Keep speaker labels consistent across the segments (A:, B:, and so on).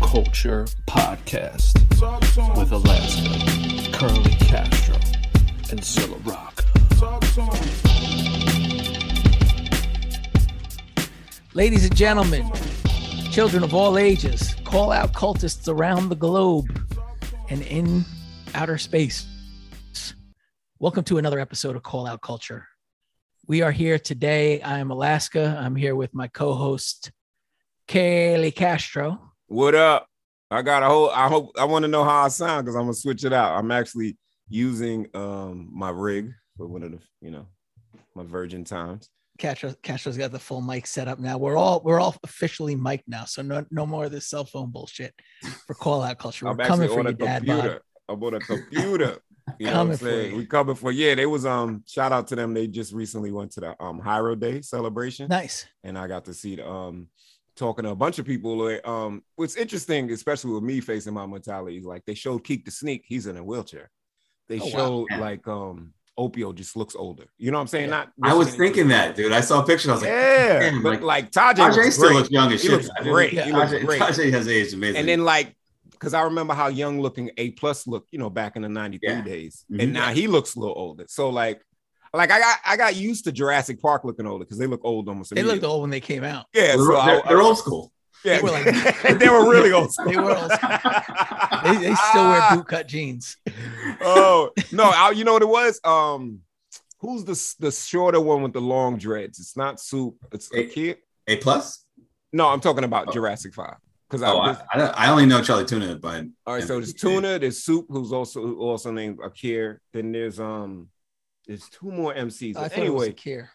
A: Culture Podcast with Alaska, Curly Castro, and Zilla Rock.
B: Ladies and gentlemen, children of all ages, call out cultists around the globe and in outer space. Welcome to another episode of Call Out Culture. We are here today. I'm Alaska. I'm here with my co host, Kaylee Castro.
C: What up? I got a whole. I hope I want to know how I sound because I'm gonna switch it out. I'm actually using um my rig for one of the you know my Virgin times.
B: Castro, Castro's got the full mic set up now. We're all we're all officially mic now, so no no more of this cell phone bullshit for call out culture. We're
C: I'm
B: coming
C: actually
B: for
C: on
B: you,
C: a
B: Dad.
C: computer. I'm on a computer. You know what
B: Coming
C: I'm
B: for
C: saying?
B: you.
C: We coming for yeah. They was um shout out to them. They just recently went to the um Hiro Day celebration.
B: Bod. Nice.
C: and I got to see the, um talking to a bunch of people. like, Um, what's interesting, especially with me facing my mortality, is like they showed Keek the Sneak, he's in a wheelchair. They
B: Oh, wow.
C: showed like um Opio just looks older. You know what I'm saying?
B: Yeah.
C: Not
D: I was thinking that, dude. I saw a picture. I was like,
C: yeah,
D: damn,
C: but
D: like,
C: like Tajay,
D: Tajay
C: looks
D: still
C: great.
D: looks young as
C: He
D: shit.
C: looks
D: Tajay-
C: great.
B: Yeah,
C: He looks
D: Tajay,
C: great.
D: Tajay has aged amazing.
C: And then like, because I remember how young looking A plus looked, you know, back in the '93
D: Yeah.
C: days,
D: Mhm.
C: and now he looks a little older. So like, like I got I got used to Jurassic Park looking older because they look old almost.
B: They looked
C: immediately.
B: old when they came out.
C: Yeah,
D: they're,
C: so I-
D: they're-
C: I-
D: they're old school.
C: Yeah,
B: They were like-
C: they were really old. Ah.
B: They were old school. They, they still wear bootcut jeans.
C: Oh no! I, you know what it was? Um, who's the the shorter one with the long dreads? It's not Soup. It's a kid.
D: A plus.
C: No, I'm talking about
D: Oh.
C: Jurassic Five. Because
D: Oh,
C: I,
D: I, I, don't- I only know Charlie Tuna, but
C: all right. So there's Tuna. There's Soup, who's also who also named Akir. Then there's um, there's two more MCs.
B: I thought it
C: anyway,
B: was Akir.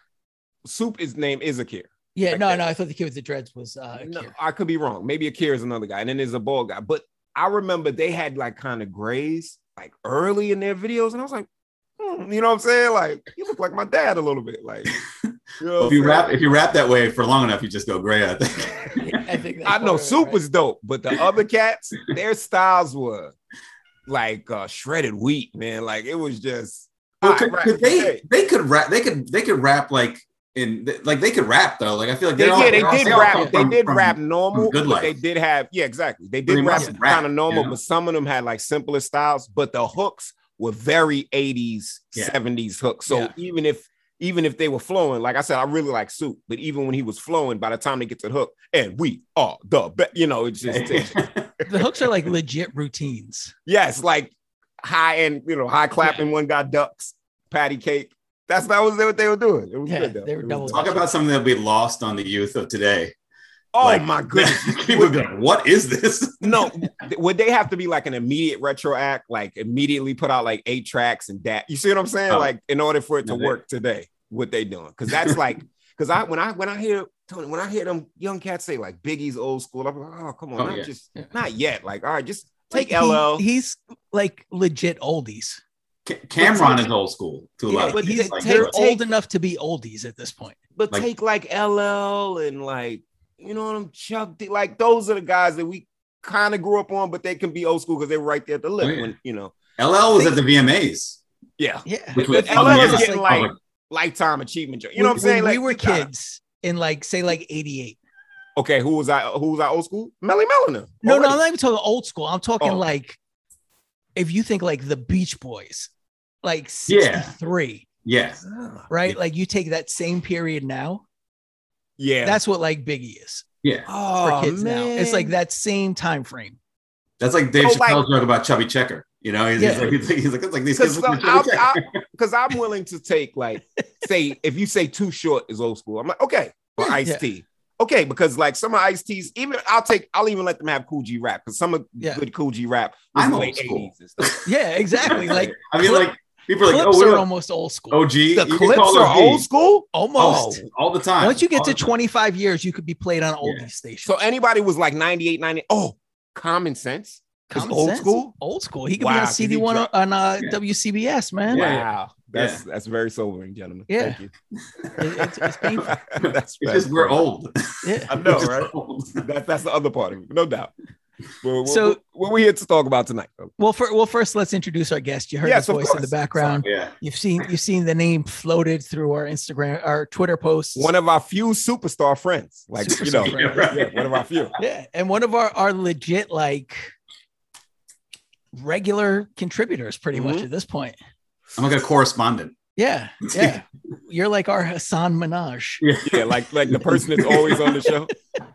C: Soup. His name is Akir.
B: Yeah,
C: Like
B: no,
C: that.
B: no, I thought the kid with the dreads was uh, Akir.
C: No, I could be wrong. Maybe Akira is another guy, and then there's a bald guy. But I remember they had like kind of grays like early in their videos, and I was like, hmm, you know what I'm saying? Like you look like my dad a little bit. Like you know what
D: if you
C: I'm
D: rap,
C: saying?
D: if you rap that way for long enough, you just go gray. I think.
B: I think that's
C: I
B: part
C: know
B: of it,
C: Soup
B: right?
C: was dope, but the other cats, their styles were like uh, shredded wheat, man. Like it was just.
D: Well,
C: all
D: could,
C: right,
D: could they
C: hey.
D: they could rap. They could they could rap like in like they could rap though. Like I feel like
C: They,
D: they're all-
C: yeah, they
D: they're all-
C: did
D: all
C: rap.
D: come
C: They
D: from-
C: did
D: from-
C: rap normal,
D: Good
C: but they
D: Life.
C: did have yeah, exactly. They did
D: Pretty
C: rap
D: much rap,
C: kind of normal,
D: you know?
C: but some of them had like simpler styles. But the hooks were very eighties,
D: Yeah.
C: seventies hooks. So
B: Yeah.
C: even if even if they were flowing, like I said, I really like Soup, but even when he was flowing, by the time they get to the hook, and we are the best, you know, it's just
B: The hooks are like legit routines.
C: yes, like high end, you know, high clapping. One got ducks, patty cake. That's that was what they were doing. It was
B: Yeah,
C: good though.
B: they were
C: It was
B: double-
C: good.
D: Talk about something that'll be lost on the youth of today.
C: Oh
D: Like,
C: my goodness!
D: People would be like, "What is this?"
C: no, th- would they have to be like an immediate retro act, like immediately put out like eight tracks and that? You see what I'm saying?
D: Oh.
C: Like in order for it to
D: No, they-
C: work today, what they doing? Because that's like, because I when I when I hear Tony, when I hear them young cats say like Biggie's old school, I'm like, oh come on,
D: Oh,
C: not
D: yeah.
C: just
D: Yeah.
C: not yet. Like all right, just
B: Like,
C: take LL.
B: he- he's like legit oldies.
D: Ca- Cameron is old school to a
C: Yeah,
D: lot of
C: but
D: kids.
B: He's,
D: Like,
B: they're
D: they're-
C: take-
B: old enough to be oldies at this point.
C: but
D: Like-
C: take like LL and like you know what I'm Chuck D. Like those are the guys that we kind of grew up on, but they can be old school because they were right there at the lip
D: Oh, yeah.
C: when you know.
D: LL was at the VMAs,
C: Yeah,
B: Yeah.
D: which
C: But
D: was
C: LL is
D: yeah.
C: getting
D: I
C: like
D: was
C: lifetime achievement. jo- You know what I'm
B: When-
C: saying?
B: when
C: Like
B: we were
C: you gotta-
B: kids in like say like 88.
C: Okay, who was I? Who was I? Old school? Melly Melina.
B: No, no, I'm
C: Already.
B: not even talking old school. I'm talking
C: Oh.
B: like if you think like the Beach Boys, like
D: Yeah.
B: 63,
D: yeah.
B: right? Like you take that same period now.
C: Yeah.
B: That's what like Biggie is
D: Yeah,
B: for
C: oh,
B: kids now. It's like
C: man.
B: that same time frame.
D: that's like Dave
C: So, oh, like-
D: Chappelle's joke about Chubby Checker. You know, he's,
B: Yeah.
D: he's, like, he's like, he's like, it's like these
C: Because
D: kids. listen to Chubby Checker.
C: because I'm willing to take like say if you say too short is old school, I'm like okay or Ice
B: Yeah.
C: T. Okay, because like some of Ice T's, even I'll take, I'll even let them have Cool G rap because some of
B: Yeah.
C: good Cool G rap was
D: I'm
C: late
D: old school.
C: 80s and stuff.
B: Yeah, exactly. Like
D: I mean,
B: clip-
D: like people are like,
B: clips
D: oh,
B: are
D: we're
B: almost old school.
D: OG. You
C: The
D: can
C: clips
D: call
C: are
D: OG.
C: old school.
B: almost.
D: all the time.
B: Once you get
D: All
B: to
D: the time.
B: 25 years, you could be played on oldie
D: Yeah.
B: stations.
C: So anybody was like 98, 90. Oh, common sense.
B: Common
C: old
B: sense.
C: school?
B: Old school. He could
C: Wow,
B: be on
C: 'cause he
B: CD1 on,
C: dropped-
B: uh,
D: Yeah.
B: WCBS, man.
D: Yeah.
C: Wow. That's that's very sobering, gentlemen.
B: Yeah.
C: Thank you.
B: It- it's- it's painful.
C: that's
D: It's just we're
C: old.
D: old.
B: Yeah.
C: I know,
D: We're just
C: right?
D: old.
C: That, that's the other part of it, no doubt. Well, what-
B: So-
C: what, what we here to talk about tonight?
B: Well, for, well, first let's introduce our guest. You heard
C: Yes,
B: his
C: of
B: voice in the
C: course.
B: background.
D: Yeah.
B: You've seen you've seen the name floated through our Instagram, our Twitter posts.
C: One of our few superstar friends, like you know,
B: Superstar friend.
D: Yeah, right.
C: yeah, one of our few.
B: yeah, and one of our our legit like regular contributors, pretty much
C: Mhm.
B: at this point.
D: I'm like a correspondent.
B: Yeah, yeah. You're like our Hassan Minaj.
C: Yeah, like like the person that's always on the show.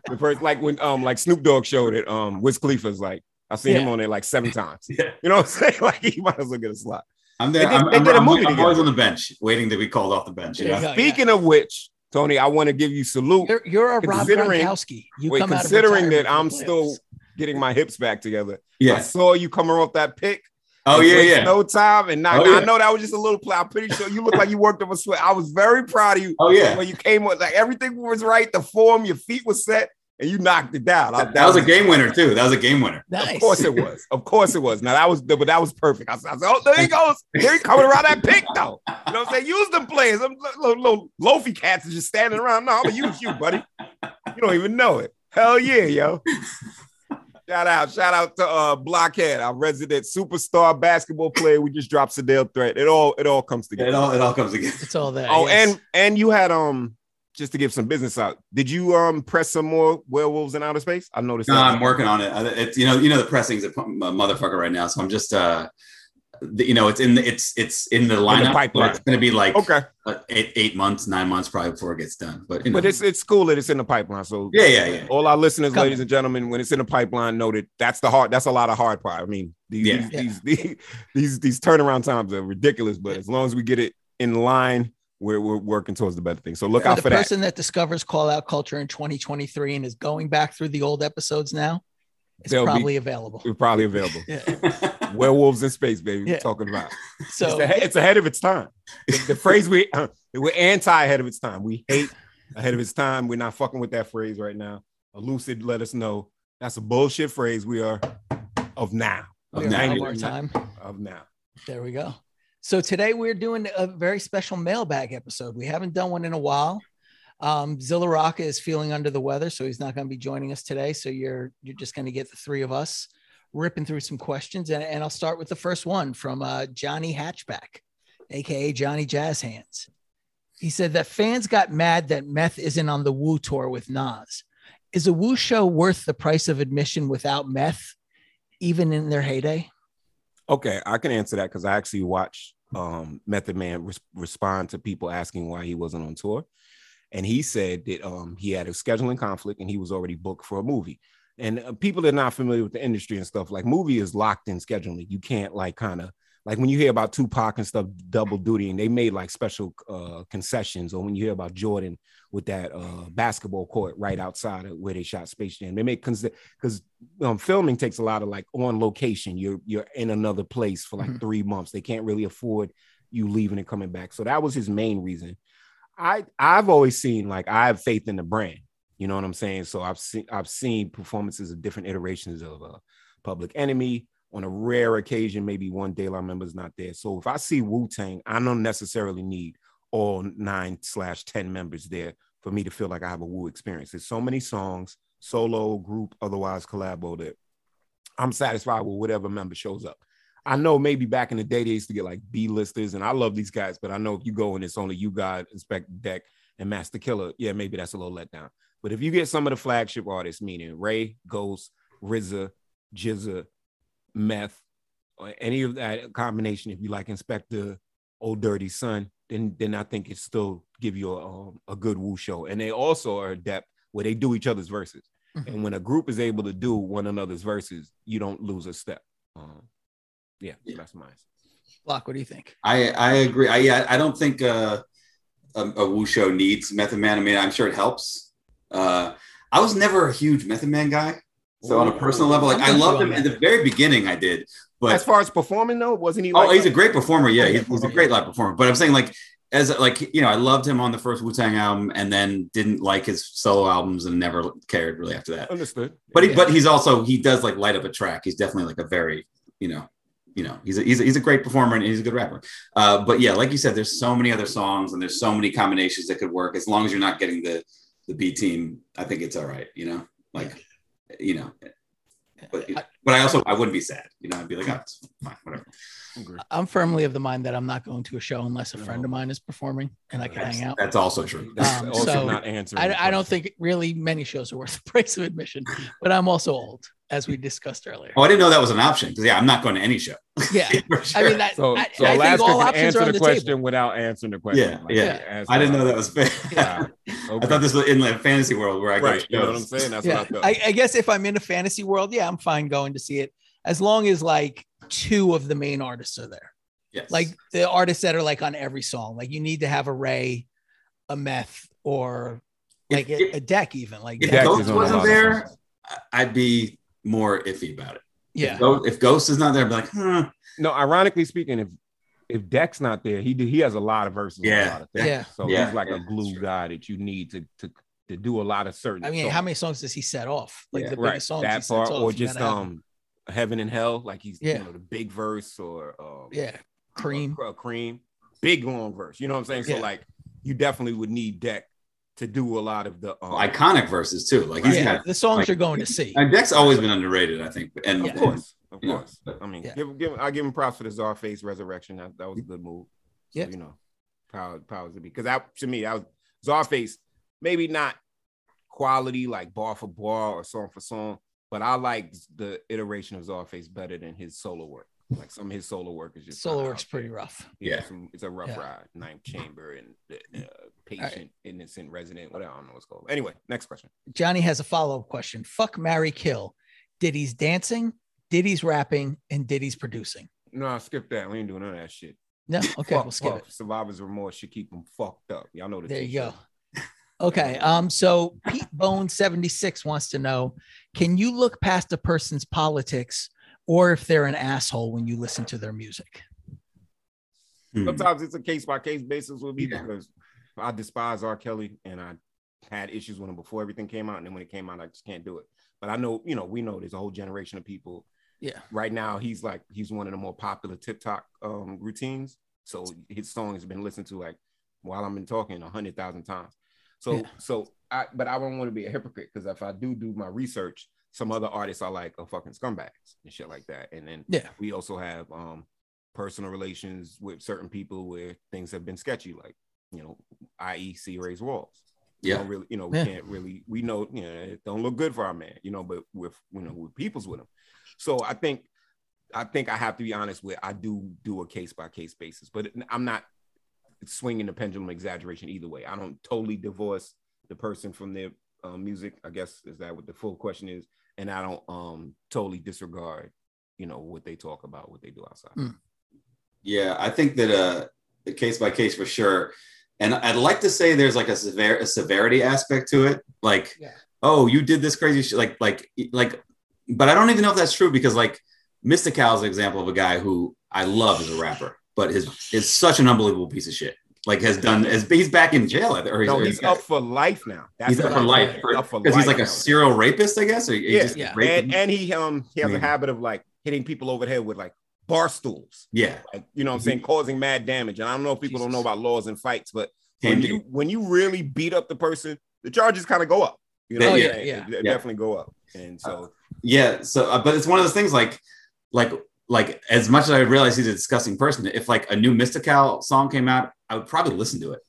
C: The person like when um like Snoop Dogg showed it, um Wiz Khalifa's like I've seen him
B: Yeah.
C: on it like seven times.
D: Yeah.
C: You know what I'm saying? Like he might as well get a slot.
D: I'm
C: They
D: there.
C: did-
D: I'm,
C: they
D: I'm,
C: did a
D: I'm-
C: movie
D: I'm
C: together.
D: always on the bench, waiting to be called off the bench. You
B: There you
D: know?
B: go,
C: Speaking of which, Tony, I want to give you salute
B: Oh, You're, you're a Rob
C: Considering-
B: Gronkowski. You
C: wait,
B: come out of
C: considering that
B: retirement for the
C: I'm still-
B: playoffs.
C: getting my hips back together. I
D: Yeah.
C: saw you coming off that pick.
D: Oh
C: It
D: yeah,
C: takes
D: yeah.
C: No time, and not,
D: Oh, yeah.
C: I know that was just a little play. I'm pretty sure you look like you worked up a sweat. I was very proud of you
D: Oh yeah.
C: when you came on. Like everything was right, the form, your feet were set, and you knocked it down. I-
D: That was a game winner too. That was a game winner.
B: nice.
C: Of course it was. Of course it was. Now that was, but that was perfect. I said, I said, oh, there he goes. Here he coming around that pick though. You know what I'm saying? Use them players. Them little, little loafy cats is just standing around. No, I'm gonna use you, buddy. You don't even know it. Hell yeah, yo. Shout out, shout out to uh Blockhead, our resident superstar basketball player. We just dropped Sadell Threat. It all it all comes together.
D: It all it all comes again.
B: It's all that.
C: oh,
B: yes.
C: and and you had um just to give some business out. Did you um press some more werewolves in outer space? I noticed
D: No,
C: that.
D: I'm working on it. I- It's you know, you know the pressing's a p- motherfucker right now, so I'm just uh, the, you know, it's in the it's it's in the lineup.
C: pipeline.
D: It's gonna be like
C: okay.
D: uh, eight eight months, nine months probably before it gets done. But you know,
C: But it's it's cool that it's in the pipeline. So
D: yeah, yeah, yeah.
C: all our listeners,
B: Come.
C: ladies and gentlemen, when it's in the pipeline, know that that's the hard. That's a lot of hard part. I mean, these
D: Yeah.
C: these, These, these these turnaround times are ridiculous. But as long as we get it in line, we're we're working towards the better thing. So look
B: for
C: out
B: the
C: for that.
B: person that discovers call out culture in 2023 and is going back through the old episodes now, it's
C: They'll be-
B: probably available.
C: It's probably available.
B: Yeah.
C: Werewolves in space, baby.
B: Yeah.
C: We're talking about. It's,
B: So
C: ahe- it's ahead of its time. The, the phrase we uh, we're anti ahead of its time. We hate ahead of its time. We're not fucking with that phrase right now. Lucid, let us know. That's a bullshit phrase. We are of now.
B: we
D: Of
B: are
D: now.
B: out of
C: you-
B: our time.
C: Of now.
B: There we go. So today we're doing a very special mailbag episode. We haven't done one in a while. Um, Zilla Rocca is feeling under the weather, so he's not going to be joining us today. So you're you're just going to get the three of us ripping through some questions, and, and I'll start with the first one from uh, Johnny Hatchback, aka Johnny Jazz Hands. He said that fans got mad that Meth isn't on the Woo tour with Nas. Is a Woo show worth the price of admission without Meth, even in their heyday?
C: Okay, I can answer that because I actually watched um, Method Man res- respond to people asking why he wasn't on tour, and he said that um, he had a scheduling conflict and he was already booked for a movie. And uh, people that are not familiar with the industry and stuff like movie is locked in scheduling. You can't like kind of like when you hear about Tupac and stuff double duty, and they made like special uh, concessions, or when you hear about Jordan with that uh, basketball court right outside of where they shot Space Jam, they make because um, filming takes a lot of like on location. You're you're in another place for like
B: Mhm.
C: three months. They can't really afford you leaving and coming back. So that was his main reason. I I've always seen like I have faith in the brand. You know what I'm saying? So I've seen I've seen performances of different iterations of uh, Public Enemy. On a rare occasion, maybe one Daylight member's not there. So if I see Wu Tang, I don't necessarily need all nine slash ten members there for me to feel like I have a Wu experience. There's so many songs, solo, group, otherwise collabo that I'm satisfied with whatever member shows up. I know maybe back in the day they used to get like B listers, and I love these guys, but I know if you go and it's only you God, Inspect Deck, and Master Killer, yeah, maybe that's a little letdown. But if you get some of the flagship artists, meaning Ray, Ghost, RZA, Jizza, Meth, or any of that combination, if you like Inspector, Old Dirty Son, then then I think it still give you a, um, a good woo show. And they also are adept where they do each other's verses.
B: Mhm.
C: And when a group is able to do one another's verses, you don't lose a step. Um, yeah, so
D: Yeah.
C: that's mine.
B: Block, what do you think?
D: I I agree. I yeah, I don't think uh, a, a Wu show needs Method Man. I mean, I'm sure it helps. Uh, I was never a huge Method Man guy, so on a personal level, like I
B: I'm not
D: loved
B: sure
D: him
B: on
D: at the
B: that.
D: very beginning. I did, but
C: as far as performing though, wasn't he?
D: Oh,
C: like-
D: he's a great performer. Yeah,
B: Yeah,
D: he's, he's a great live performer. But I'm saying like as like you know, I loved him on the first Wu Tang album, and then didn't like his solo albums, and never cared really after that.
C: understood.
D: But he,
B: Yeah.
D: but he's also he does like light up a track. He's definitely like a very you know you know he's a, he's a, he's a great performer and he's a good rapper. Uh, but yeah, like you said, there's so many other songs and there's so many combinations that could work as long as you're not getting the the B team. I think it's all right. You know, like you know, But, but I also I wouldn't be sad. You know, I'd be like, oh, it's fine, whatever.
B: I'm firmly of the mind that I'm not going to a show unless a friend of mine is performing and I can
D: That's,
B: hang out.
D: that's also true.
C: That's
B: Um,
C: also
B: so
C: not answering. the
B: I, I don't
C: question.
B: think really many shows are worth the price of admission, but I'm also old, as we discussed earlier.
D: Oh, I didn't know that was an option because yeah, I'm not going to any show.
B: Yeah.
D: For sure.
B: I mean, that,
C: So,
B: I,
C: so
B: I think
C: Alaska
B: all
C: can
B: options are
C: answer
B: on
C: the,
B: the
C: question
B: table.
C: without answering the question.
D: Yeah, yeah. I didn't know that was fair.
C: Wow.
D: I thought this was in the fantasy world where I go
C: right.
D: to
C: You know what I'm
D: shows.
C: saying? That's
B: Yeah.
C: what I thought.
B: I, I guess if I'm in a fantasy world, yeah, I'm fine going to see it as long as like two of the main artists are there.
D: Yes.
B: Like the artists that are like on every song. Like you need to have a Ray, a Meth, or
D: If-
B: like
D: if-
B: a, a deck even. Like
D: if
B: yeah,
C: Deck Ghost
D: Ghost
C: on a lot
D: wasn't
C: of
D: there, I- I'd be more iffy about it.
B: yeah.
D: If Ghost, if Ghost is not there, I'd be like, huh.
C: no, ironically speaking, if if Deck's not there, he do- he has a lot of verses. on
D: Yeah.
C: a lot of things.
B: Yeah.
C: So
D: Yeah.
C: he's like
D: Yeah,
C: a
D: that's
C: glue
D: true.
C: guy that you need to to to do a lot of certain.
B: I mean,
C: songs.
B: how many songs does he set off? Like
D: Yeah,
B: the biggest
C: right
B: songs he
C: that
B: sets
C: part,
B: off
C: or
B: in that
C: just
B: album.
C: um, Heaven and Hell, like he's
B: Yeah.
C: you know the big verse or um,
B: yeah, Cream.
C: uh, cream, big long verse. You know what I'm saying? So
B: Yeah.
C: like, you definitely would need Deck to do a lot of the um,
D: iconic verses too. Like he's
B: Yeah,
D: got.
B: the songs
D: like-
B: you're going to see.
D: And Deck's always been underrated, I think. And
C: Of
B: Yeah.
C: course, of
D: Yeah.
C: course. I mean,
B: Yeah.
C: give give I give him props for the Czarface resurrection. That, that was a good move. So,
B: Yeah.
C: you know, power powers to be because that to me that was Czarface. Maybe not quality like bar for bar or song for song, but I like the iteration of Czarface better than his solo work. Like some of his solo work is just
B: Solo
C: kinda
B: works
C: out there.
B: pretty rough.
C: Yeah,
D: Yeah.
C: some- it's a rough
B: Yeah.
C: ride. Ninth chamber and uh, patient,
B: right.
C: innocent resident. Whatever I don't know what's called. Anyway, next question.
B: Johnny has a follow up question. Fuck Mary Kill. Diddy's dancing, Diddy's rapping, and Diddy's producing.
C: No, skip that. We ain't doing none of that shit.
B: No, okay,
C: Fuck,
B: we'll skip
C: fuck.
B: it.
C: Survivor's remorse should keep them fucked up. Y'all know the
B: There you
C: t-shirt.
B: go. Okay, um, so Pete Bone seventy six wants to know: Can you look past a person's politics, or if they're an asshole when you listen to their music?
D: Hmm.
B: Mm-hmm.
C: Sometimes it's a case by case basis with me
D: Yeah.
C: because I despise R. Kelly and I had issues with him before everything came out. And then when it came out, I just can't do it. But I know, you know, we know there's a whole generation of people.
B: Yeah.
C: Right now, he's like, he's one of the more popular TikTok um, routines. So his song has been listened to like while I've been talking a hundred thousand times. So,
B: Yeah.
C: so I, but I don't want to be a hypocrite because if I do do my research, some other artists are like, oh, fucking scumbags and shit like that. And then
B: Yeah,
C: we also have um personal relations with certain people where things have been sketchy, like you know, i.e. C. Ray's walls. We
D: Yeah.
C: don't really, you know, we
B: Yeah.
C: can't really. We know, you know, it don't look good for our man, you know. But with you know, with people's with him, so I think, I think I have to be honest with. I do do a case by case basis, but I'm not swinging the pendulum exaggeration either way. I don't totally divorce the person from their um, music. I guess is that what the full question is, and I don't um totally disregard, you know, what they talk about, what they do outside.
B: Mm.
D: Yeah, I think that uh, the case by case for sure. And I'd like to say there's like a severe a severity aspect to it, like
B: Yeah.
D: oh you did this crazy shit, like like e, like. But I don't even know if that's true because like Mr. Cal is an example of a guy who I love as a rapper, but is is such an unbelievable piece of shit. Like has done is he's back in jail or he's,
C: No,
D: or
C: he's up for life now. That's
D: he's up
C: what
D: for
C: I-
D: life
C: he's
D: for-
C: up for
D: because he's
C: life
D: like
C: now.
D: a serial rapist, I guess. Or he
C: Yeah.
D: just
B: Yeah.
D: raped
C: and,
D: people.
C: and he um he has a
D: Man.
C: habit of like hitting people over the head with like bar stools,
D: yeah,
C: like you know what I'm saying, causing mad damage. And I don't know if people don't know
B: Jesus.
C: about laws and fights, but when
D: Came to-
C: you when you really beat up the person, the charges kind of go up. You know,
D: Yeah,
C: what I'm
B: yeah,
C: saying?
B: yeah.
C: They
D: Yeah.
C: definitely go up. And so
D: yeah so uh, but it's one of those things like like like as much as i realize he's a disgusting person if like a new mystical song came out i would probably listen to it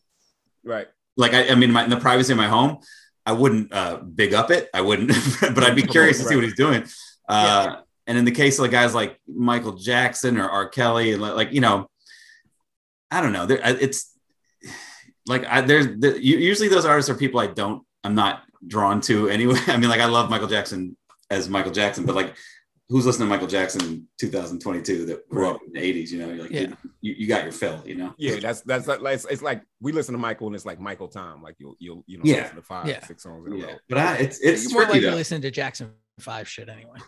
C: right,
D: like i, I mean my, in the privacy of my home i wouldn't uh big up it i wouldn't but i'd be curious to see what he's doing uh and in the case of the guys like michael jackson or r kelly and li- like you know i don't know there I- it's like I, there's the, u- usually those artists are people i don't i'm not drawn to anyway i mean like i love michael jackson as michael jackson but like who's listening to michael jackson in 2022 that grew up in the 80s you know you're like
B: Yeah.
D: you, you got your fill you know
C: yeah, that's that's like it's, it's like we listen to Michael and it's like Michael time, like you'll you'll you know
D: Yeah.
C: listen to five
B: Yeah.
C: six songs in a row.
D: yeah. but I, it's it's
B: you're more
D: tricky
B: likely
D: though.
B: to listen to Jackson Five shit anyway.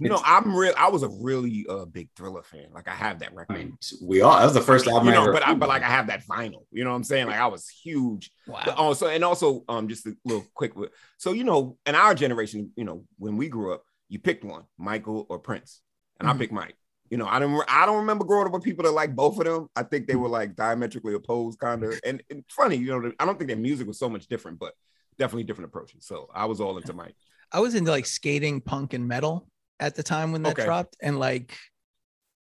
C: You know, I'm real. I was a really uh, big Thriller fan. Like I have that
D: I
C: record.
D: mean, we all. That was the first album.
C: you
D: I
C: know,
D: ever
C: but I, but like I have that vinyl. You know what I'm saying? Like I was huge But
B: Wow.
C: also, and also, um, just a little quick. wi- So you know, in our generation, you know, when we grew up, you picked one, Michael or Prince, and
B: Mhm.
C: I picked Mike. You know, I don't, re- I don't remember growing up with people that like both of them. I think they were like diametrically opposed, kind of. And, and funny, you know, I don't think their music was so much different, but definitely different approaches. So I was all into Mike.
B: I was into like skating, punk, and metal at the time when that
C: Okay.
B: dropped, and like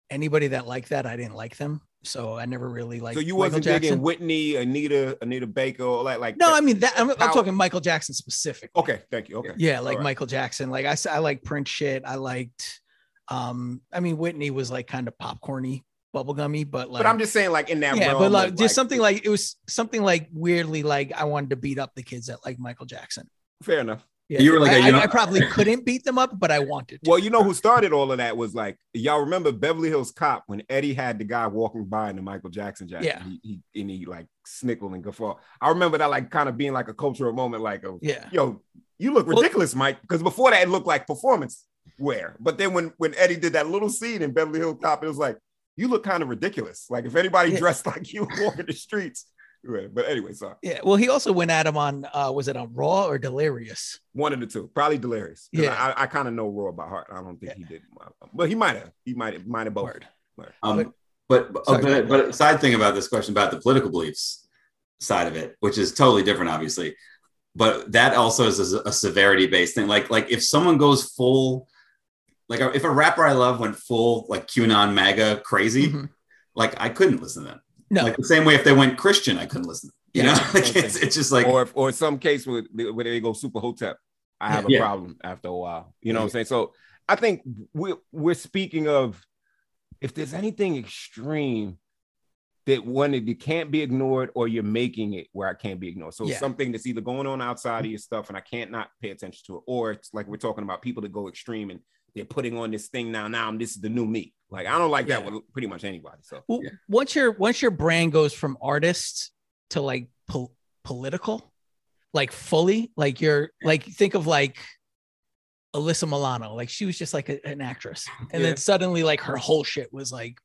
B: anybody that liked that, I didn't like them, so I never really liked.
C: so you
B: Michael
C: wasn't
B: Jackson.
C: digging Whitney, Anita, Anita Baker, all that like
B: No,
C: that-
B: I mean that. I'm, I'm
C: Now-
B: talking Michael Jackson specific.
C: okay, thank you. Okay.
B: Yeah, like
C: Alright.
B: Michael Jackson. Like I, s- I like Prince shit. I liked. Um, I mean Whitney was like kind of popcorny, bubblegummy, but like.
C: but I'm just saying, like in that
B: yeah,
C: realm,
B: but
C: of,
B: like, just something like it was something like weirdly like I wanted to beat up the kids that like Michael Jackson.
C: fair enough.
B: Yeah,
D: You were like,
B: I,
D: you
B: I-
D: know-
B: I probably couldn't beat them up, but I wanted. To.
C: Well, you know who started all of that was like y'all remember Beverly Hills Cop when Eddie had the guy walking by in the Michael Jackson jacket.
B: Yeah.
C: He, he and he like snickled and guffaw. I remember that like kind of being like a cultural moment, like of,
B: yeah,
C: yo, you look
B: Well-
C: ridiculous, Mike. Because before that, it looked like performance wear. But then when when Eddie did that little scene in Beverly Hills Cop, it was like you look kind of ridiculous. Like if anybody
B: Yeah.
C: dressed like you walking the streets. Right. But anyway, sorry.
B: yeah. Well, he also went at him on uh, was it on Raw or Delirious?
C: One of the two, probably Delirious. 'Cause
B: Yeah.
C: I, I kind of know Raw by heart. I don't think he did, uh, but he might have. He might have. Might have both.
B: Word.
D: Um, but but,
B: Sorry.
D: but but side thing about this question about the political beliefs side of it, which is totally different, obviously. But that also is a, severity based thing. Like like if someone goes full, like if a rapper I love went full like QAnon MAGA crazy,
C: Mm-hmm.
B: Mhm.
D: like I couldn't listen to them.
B: No,
D: Like the same way if they went Christian, I couldn't listen. You
B: Yeah.
D: know, like it's, it's just like
C: or if, or some case with where they go super hotep, I have
D: Yeah.
C: a problem after a while. You know what I'm saying? So I think we're we're speaking of if there's anything extreme that one that you can't be ignored or you're making it where I can't be ignored. So it's
B: Yeah.
C: something that's either going on outside of
D: Mm-hmm.
C: your stuff and I can't not pay attention to it, or it's like we're talking about people that go extreme and they're putting on this thing now. Now I'm this is the new me. Like I don't like
B: Yeah.
C: that with pretty much anybody. So
B: Well,
D: Yeah.
B: once your once your brand goes from artist to like po- political, like fully, like you're like think of like Alyssa Milano, like she was just like a- an actress, and
C: Yeah.
B: then suddenly like her whole shit was like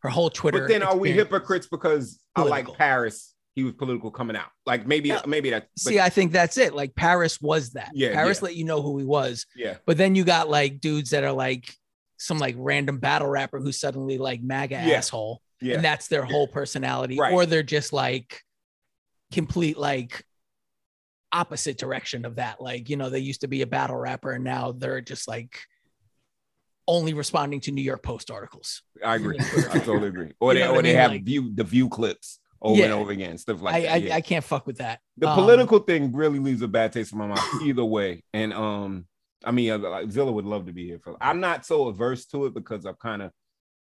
B: her whole Twitter.
C: But then are we
B: experience.
C: hypocrites because I
B: Political.
C: like Paris? He was political coming out. Like maybe
B: No.
C: maybe that. But
B: See, I think that's it. Like Paris was that.
C: Yeah,
B: Paris
C: yeah.
B: let you know who he was,
C: yeah,
B: but then you got like dudes that are like some like random battle rapper who's suddenly like MAGA
C: Yeah.
B: asshole.
C: yeah,
B: and that's their whole personality
C: Right.
B: or they're just like complete like opposite direction of that like you know they used to be a battle rapper and now they're just like only responding to new york post articles
C: I agree. I totally agree. Or
B: You
C: they
B: know
C: or
B: what I
C: they
B: mean?
C: have
B: Like-
C: view the view clips over and
B: Yeah.
C: over again, stuff like
B: I,
C: that.
B: I,
C: yeah.
B: I can't fuck with that
C: the
B: Um,
C: political thing really leaves a bad taste in my mouth either way. And um, I mean, uh, like, Zilla would love to be here for. I'm not so averse to it because I've kind of,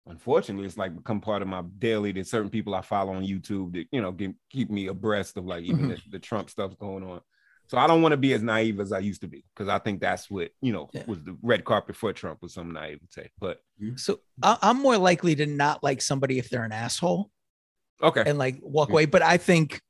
C: unfortunately, it's like become part of my daily. There's certain people I follow on YouTube that you know give, keep me abreast of like even
B: Mhm.
C: the, the Trump stuff going on. So I don't want to be as naive as I used to be because I think that's what you know
B: Yeah.
C: was the red carpet for Trump was some naivete. But
B: so I, i'm more likely to not like somebody if they're an asshole
C: okay,
B: and like walk away but i think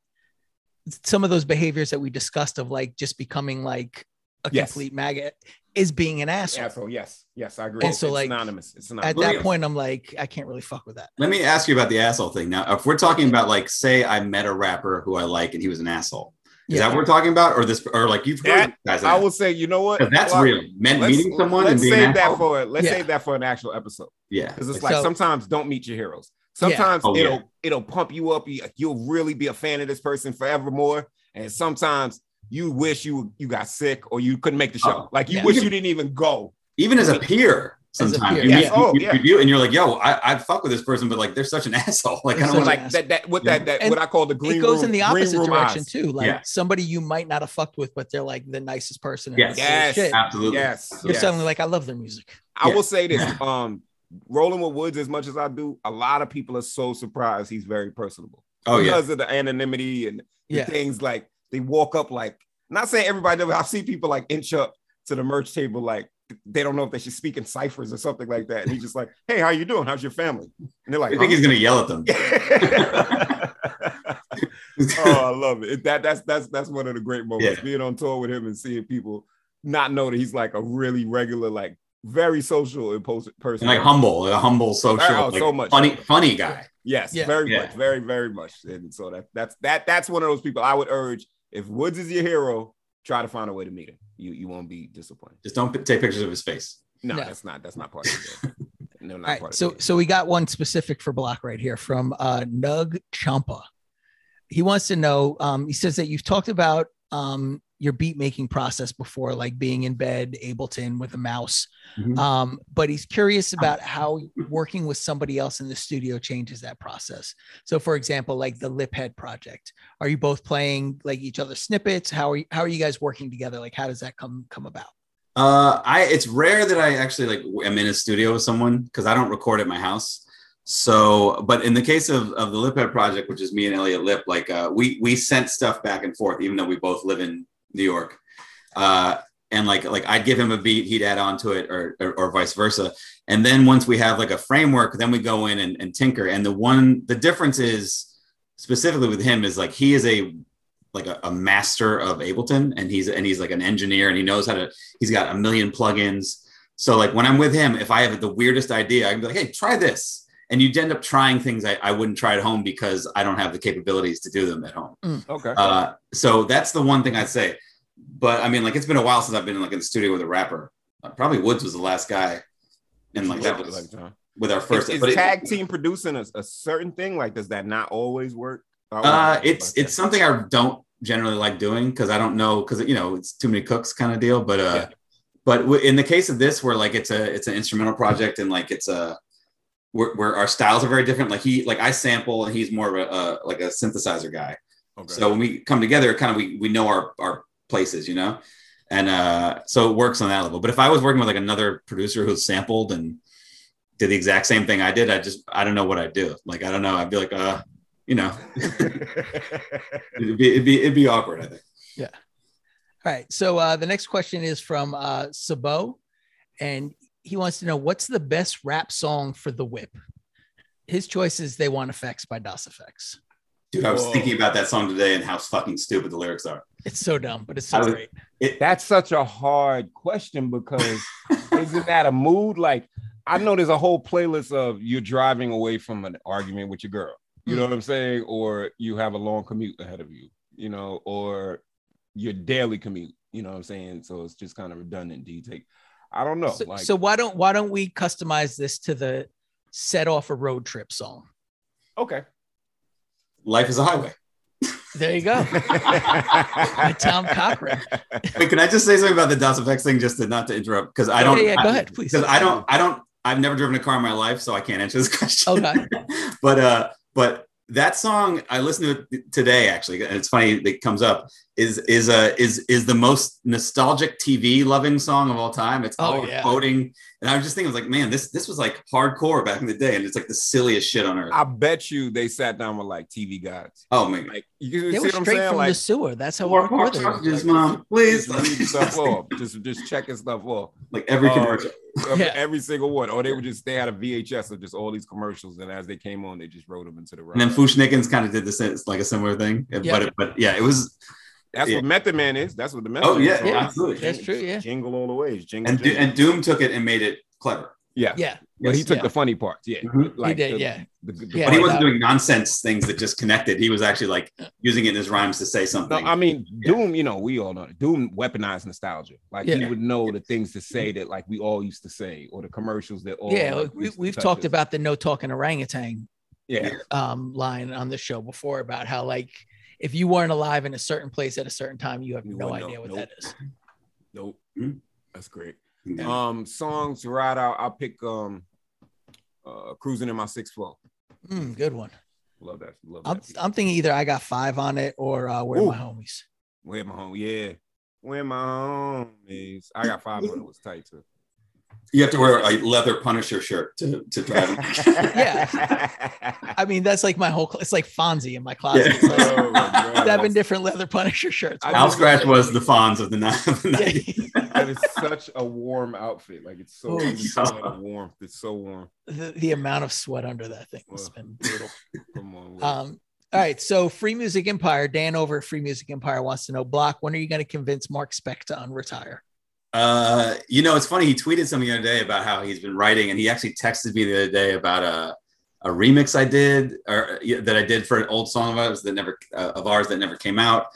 B: some of those behaviors that we discussed of like just becoming like a
C: Yes.
B: complete maggot is being an asshole
C: asshole. Yes, yes, I agree.
B: And
C: it's,
B: so,
C: it's
B: like,
C: anonymous. It's
B: at
C: anonymous.
D: Well,
B: that
D: yeah.
B: point i'm like i can't really fuck with that
D: Let me ask you about the asshole thing. Now, if we're talking about like, say, I met a rapper who I like and he was an asshole, is that what we're talking about, or this, or like you've heard
C: That-
D: these guys?
C: I will say, you know what?
D: 'Cause that's
C: Well,
D: real. Men
C: Let's-
D: meeting someone and
C: let's
D: being
C: save
D: an
C: that
D: asshole.
C: for let's
B: Yeah.
C: save that for an actual episode
D: yeah.
C: because it's like
B: So-
C: sometimes don't meet your heroes
B: Yeah.
C: sometimes
D: Oh, yeah.
C: it'll it'll pump you up You- you'll really be a fan of this person forevermore and sometimes you wish you you got sick or you couldn't make the show
D: Oh,
C: like you
B: yeah.
C: wish you didn't even go
D: even as a peer
B: As a
D: sometimes
B: peer,
D: you
C: yeah.
D: meet
C: Yeah. Oh,
D: you-
C: yeah.
D: you do, and you're like yo I, I fuck with this person but like they're such an asshole like i
B: They're
D: don't want
B: such
D: to
B: an
C: like that that what
D: Yeah.
C: that that
B: And
C: what I call the green
B: it goes
C: room-
B: in the
C: green
B: opposite
C: room
B: direction
C: eyes.
B: too. Like
D: Yeah.
B: somebody you might not have fucked with, but they're like the nicest person. and
D: Yes.
B: the coolest
C: Yes.
B: shit.
D: absolutely
C: yes
B: You're
C: yes.
B: suddenly like, I love their music.
C: I
D: Yeah.
C: will say this. Um, rolling with Woods as much as I do, a lot of people are so surprised he's very personable.
D: oh yeah
C: Because of the anonymity and the
B: Yeah.
C: things like they walk up like not saying everybody does, but I've seen people like inch up to the merch table like they don't know if they should speak in ciphers or something like that. And he's just like, Hey, how you doing? How's your family? And they're like,
D: i think he's gonna yell at them
C: "Huh?" oh, I love it. That that's that's that's one of the great moments.
D: Yeah.
C: Being on tour with him and seeing people not know that he's like a really regular, like very social and pos- person.
D: and like humble a humble social
C: Oh,
D: like,
C: so much.
D: funny funny guy
C: yes,
B: Yeah.
C: very
D: Yeah.
C: much, very very much. And so that that's that that's one of those people I would urge. If Woods is your hero, try to find a way to meet him. You you won't be disappointed.
D: just don't p- take pictures of his face
C: No,
B: No.
C: that's not that's not part of it. No, not
B: All right.
C: part
B: So
C: of it.
B: so we got one specific for Block right here from uh Nug Champa. He wants to know, um, he says that you've talked about um your beat making process before, like being in bed, Ableton with a mouse.
C: Mm-hmm.
D: Mhm.
B: Um, but he's curious about how working with somebody else in the studio changes that process. So, for example, like the Lip Head project, are you both playing like each other's snippets? How are you, how are you guys working together? Like, how does that come come about?
D: Uh, I it's rare that I actually like w- am in a studio with someone because I don't record at my house. So, but in the case of, of the Liphead project, which is me and Elliot Lip, like uh, we we sent stuff back and forth, even though we both live in New York. Uh, and like like I'd give him a beat, he'd add on to it, or or, or vice versa. And then once we have like a framework, then we go in and, and tinker. And the one the difference is specifically with him is like he is a like a, a master of Ableton, and he's and he's like an engineer, and he knows how to he's got a million plugins. So like when I'm with him, if I have the weirdest idea, I can be like, hey, try this. And you'd end up trying things I, I wouldn't try at home because I don't have the capabilities to do them at home.
C: Okay.
D: Uh, so that's the one thing I'd say. But I mean, like it's been a while since I've been like in the studio with a rapper. Uh, probably Woods was the last guy. And like that was with our first
C: uh, First, is,
D: but it-
C: tag team producing a, a certain thing? Like, does that not always work? Oh, I always
D: Uh,
C: think
D: it's
C: about
D: it's something I don't generally like doing because I don't know because you know it's too many cooks kind of deal. But uh,
C: Yeah.
D: but w- in the case of this, where like it's a it's an instrumental project and like it's a where, where our styles are very different. Like he like I sample and he's more of a uh, like a synthesizer guy.
C: that. Okay.
D: So when we come together, kind of we we know our our places, you know, and uh, so it works on that level. But if I was working with like another producer who sampled and did the exact same thing I did, I just I don't know what I'd do. Like I don't know. I'd be like, uh, you know, it'd be it'd be, it'd be awkward. I think.
B: All right. So uh, the next question is from uh, Sabo, and he wants to know what's the best rap song for the whip. His choice is "They Want Effects" by Dos Effects.
D: Dude, I was
C: Whoa.
D: thinking about that song today and how fucking stupid the lyrics are.
B: It's so dumb, but it's so
D: I was-
B: great.
D: It,
C: That's such a hard question because isn't that a mood? Like, I know there's a whole playlist of you're driving away from an argument with your girl. You know
B: Mm.
C: what I'm saying? Or you have a long commute ahead of you, you know, or your daily commute. You know what I'm saying? So it's just kind of redundant. Do you take? I don't know.
B: so,
C: like,
B: so why don't why don't we customize this to the set off a road trip song?
C: okay.
D: life is a highway.
B: There you go. By Tom Cochran.
D: Wait, can I just say something about the DOS effects thing just to not to interrupt? Because I don't
B: Yeah, yeah,
D: I-
B: go ahead, please.
D: because I don't, I don't, I've never driven a car in my life, so I can't answer this question.
B: Okay.
D: but uh, but that song I listened to it today actually, and it's funny that it comes up is is uh, is is the most nostalgic TV loving song of all time. It's
B: Oh,
D: all
B: yeah.
D: quoting, and I was just thinking, I was like, man, this this was like hardcore back in the day, and it's like the silliest shit on earth.
C: I bet you they sat down with like TV guys.
D: oh man,
C: Like, you
B: They
C: see
B: were
C: what I'm
B: straight
C: saying?
B: from
C: Like,
B: the sewer. That's how
D: more,
B: hard
D: more
B: were they were.
D: sausages, mom, um, please.
C: just reading stuff off. Just just checking stuff off.
D: like every
C: Oh,
D: commercial.
C: Every-
B: Yeah.
C: Every single one. Or they would just they had a VHS of just all these commercials, and as they came on, they just wrote them into the
D: And then
C: record.
D: Fushnikins kind of did this it's like a similar thing, but it- but yeah, it was.
C: That's
D: yeah.
C: what Method Man is. That's what the Method
D: Oh
C: Man
D: yeah,
C: song is.
D: absolutely.
B: That's true. Yeah.
C: Jingle all the way. It's Jingle.
D: And Do-
C: jingle.
D: and Doom took it and made it clever.
C: yeah.
B: Yeah.
C: Well, he took
B: Yeah.
C: the funny parts. Yeah.
D: Mhm.
B: he did.
C: the-
B: yeah.
C: the- the-
B: Yeah.
D: But he wasn't
B: Yeah.
D: doing nonsense things that just connected. He was actually like using it in his rhymes to say
C: No,
D: something.
C: I mean Doom. You know, we all know Doom weaponized nostalgia. Like he
B: Yeah.
C: would know the things to say that like we all used to say, or the commercials that all.
B: yeah.
C: like,
B: we,
C: used to
B: we've
C: touch
B: talked
C: us.
B: about the no talking orangutan
C: Yeah.
B: um, line on the show before about how like if you weren't alive in a certain place at a certain time, you have
C: You
B: no
C: wouldn't know.
B: idea what
C: Nope.
B: that is.
C: Nope.
D: Mhm.
C: That's great.
D: Yeah.
C: Um, songs to ride out. I pick um, uh, cruising in my sixth flow.
B: Mm, good one.
C: Love that. Love
B: I'm,
C: that.
B: I'm thinking either I got five on it or uh, where are
C: Ooh.
B: my homies.
C: Where my home? Yeah. Where my home is. I got five hundred was tight too.
D: you have to wear a leather Punisher shirt to to drive.
C: yeah.
B: I mean, that's like my whole. cl- It's like Fonzie in my closet.
D: Yeah.
B: It's like
C: Oh my God.
B: seven different leather Punisher shirts.
C: I
D: Al Scratch was the Fonz of the night. Of the
B: Yeah.
D: night.
C: That is such a warm outfit. Like it's so
B: Oh,
C: it's
D: yeah.
C: so warm. It's so warm.
B: the, the amount of sweat under that thing has been brutal.
C: Come on. Will.
B: Um, all right, so Free Music Empire, Dan over at Free Music Empire wants to know, Block, when are you going to convince Mark Speck to unretire?
D: Uh, you know, it's funny. He tweeted something the other day about how he's been writing, and he actually texted me the other day about a a remix I did or yeah, that I did for an old song of ours that never uh, of ours that never came out.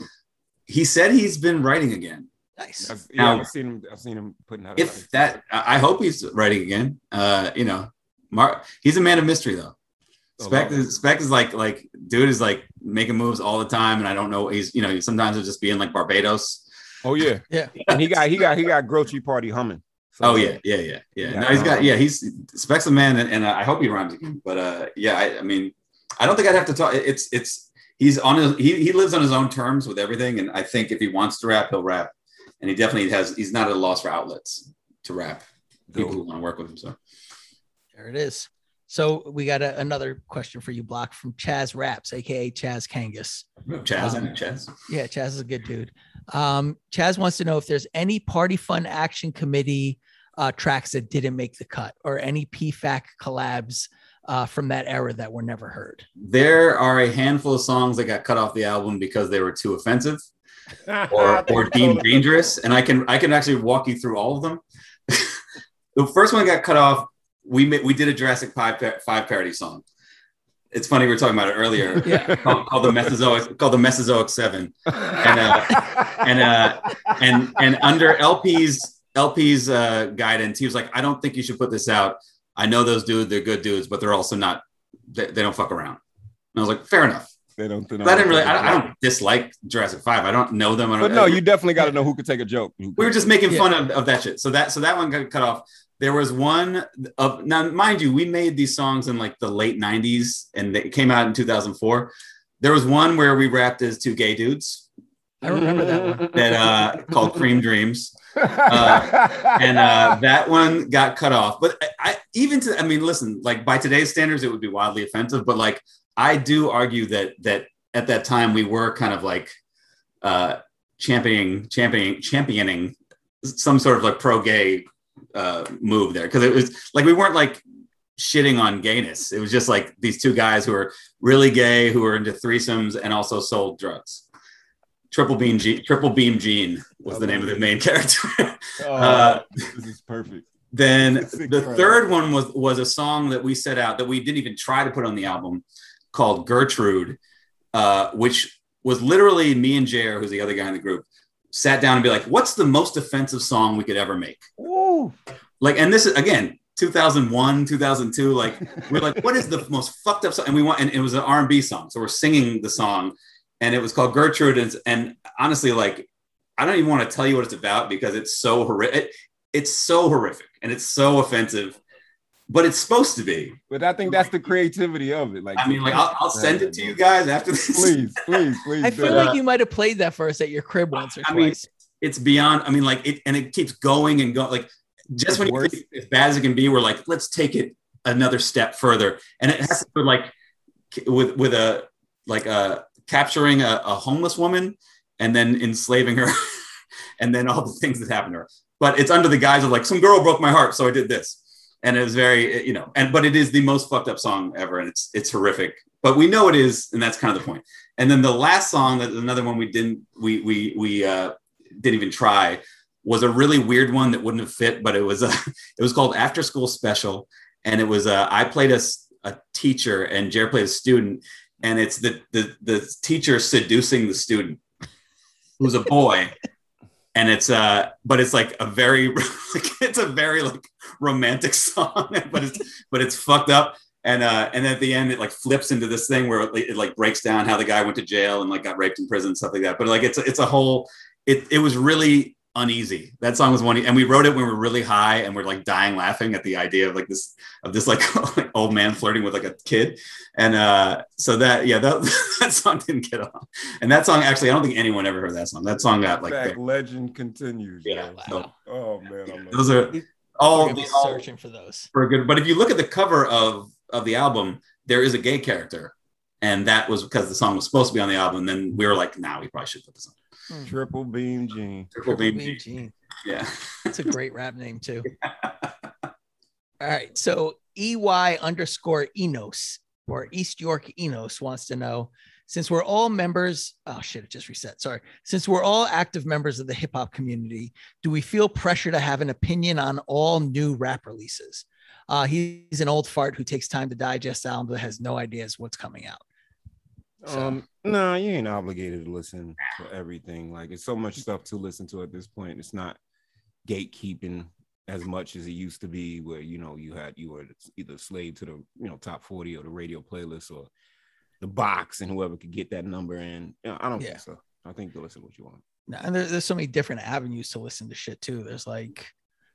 D: He said he's been writing again.
B: Nice.
C: I've, yeah,
D: now-
C: I've seen him. I've seen him putting out. a-
D: If that, I I hope he's writing again. Uh, you know, Mark, he's a man of mystery though.
C: Oh,
D: Spec
C: love it.
D: is, Spec is like like dude is like making moves all the time, and I don't know. He's you know sometimes he'll just be in like Barbados
C: Oh yeah,
B: Yeah.
C: And he got he got he got Grouchy Party humming. So,
D: Oh yeah, yeah, yeah, yeah.
C: uh, Yeah,
D: No, he's
C: I
D: got
C: don't-
D: yeah. He's Specs a man, and, and I hope he rhymes again. But uh, yeah, I, I mean, I don't think I'd have to talk. It's it's he's on his he, he lives on his own terms with everything, and I think if he wants to rap, he'll rap, and he definitely has. He's not at a loss for outlets to rap. People who want to work with him. So
B: There it is. So we got a, another question for you, Block, from Chaz Raps, aka Chaz Kangas.
D: Chaz, I know Chaz.
B: Yeah, Chaz is a good dude. Um, Chaz wants to know if there's any Party Fun Action Committee uh, tracks that didn't make the cut, or any PFAC collabs uh, from that era that were never heard.
D: There are a handful of songs that got cut off the album because they were too offensive
C: Uh,
D: or, or deemed dangerous. And I can I can actually walk you through all of them. the first one got cut off. We ma- we did a Jurassic Five pa- Five parody song. It's funny we were talking about it earlier.
B: Yeah.
D: called, called the Mesozoic called the Mesozoic Seven, and uh, and uh, and and under LP's LP's uh, guidance, he was like, I don't think you should put this out. I know those dudes; they're good dudes, but they're also not. They, they don't fuck around. And I was like, fair enough.
C: they don't. They don't
D: But I didn't really. I, I don't dislike Jurassic Five. I don't know them. I don't,
C: But no, you definitely got to know who could take a joke.
D: we were just making
B: Yeah.
D: fun of, of that shit. So that so that one got cut off. There was one of now, mind you, we made these songs in like the late '90s, and they came out in 2004. There was one where we rapped as two gay dudes
B: I remember that one.
D: that uh, called Cream Dreams, uh, and uh, that one got cut off. But I, I even to I mean, listen, like by today's standards, it would be wildly offensive. But like I do argue that that at that time we were kind of like uh, championing championing championing some sort of like pro gay uh, move there because it was like we weren't like shitting on gayness. It was just like these two guys who are really gay who were into threesomes and also sold drugs. Triple Beam Gene, Triple Beam Gene was the name of the main character.
C: Oh,
D: uh,
C: this is perfect.
D: then
C: This is
D: the
C: incredible.
D: third one was was a song that we set out that we didn't even try to put on the album called Gertrude, uh, which was literally me and Jer, who's the other guy in the group, sat down and be like, "What's the most offensive song we could ever make?"
B: Ooh.
D: Like, and this is again 2001, 2002. Like, we're like, "What is the most fucked up song?" And we want, and it was an R and B song, so we're singing the song, and it was called Gertrude. And, and honestly, like, I don't even want to tell you what it's about because it's so horrific. it's so horrific and it's so offensive, but it's supposed to be.
C: But I think that's the creativity of it. Like
D: I mean, like, I'll, I'll send it to you guys after this.
C: Please, please, please.
B: I
C: do
B: feel
C: it.
B: like you might have played that for us at your crib once or
D: I mean,
B: twice.
D: It's beyond. I mean, like, it and it keeps going and going. Like, just when you
C: Worse.
D: think it's as bad as it can be, we're like, let's take it another step further, and it has to be like k- with with a like a capturing a, a homeless woman and then enslaving her, and then all the things that happened to her. But it's under the guise of like some girl broke my heart, so I did this, and it was very you know, and but it is the most fucked up song ever, and it's it's horrific. But we know it is, and that's kind of the point. And then the last song, that another one we didn't we we we uh, didn't even try was a really weird one that wouldn't have fit, but it was uh, it was called After School Special, and it was uh, I played a, s- a teacher and Jared played a student, and it's the the the teacher seducing the student, who's a boy, and it's uh but it's like a very like, it's a very like romantic song, but it's but it's fucked up. And, uh, and at the end, it like flips into this thing where it, like- it like breaks down how the guy went to jail and like got raped in prison and stuff like that. But like it's it's a whole it it was really uneasy. That song was one, and we wrote it when we were really high and we're like dying laughing at the idea of like this of this like old man flirting with like a kid, and uh, so that yeah that that song didn't get on, and that song actually I don't think anyone ever heard that song. That song got like
C: Fact, legend continues.
D: yeah.
C: yo.
D: So
C: Oh man, I'm
D: those are
B: We're
D: all
B: gonna be
D: the all
B: searching for those.
D: for good. But if you look at the cover of of the album, there is a gay character. And that was because the song was supposed to be on the album. Then we were like, nah, we probably should put this on.
C: triple beam gene.
D: Triple
B: Triple
D: Beam.
B: Beam Gene.
D: Yeah.
B: That's a great rap name too. All right. So EY underscore Enos or East York Enos wants to know since we're all members, oh shit, it just reset. Sorry. Since we're all active members of the hip hop community, do we feel pressure to have an opinion on all new rap releases? Uh, he's an old fart who takes time to digest albums that has no ideas what's coming out. So-
C: Um, no, you ain't obligated to listen to everything. Like it's so much stuff to listen to at this point. It's not gatekeeping as much as it used to be, where you know you had you were either slave to the you know top forty or the radio playlist or the box and whoever could get that number in. You know, I don't
B: Yeah.
C: think so. I think you listen to what you want.
B: and there, there's so many different avenues to listen to shit too. There's like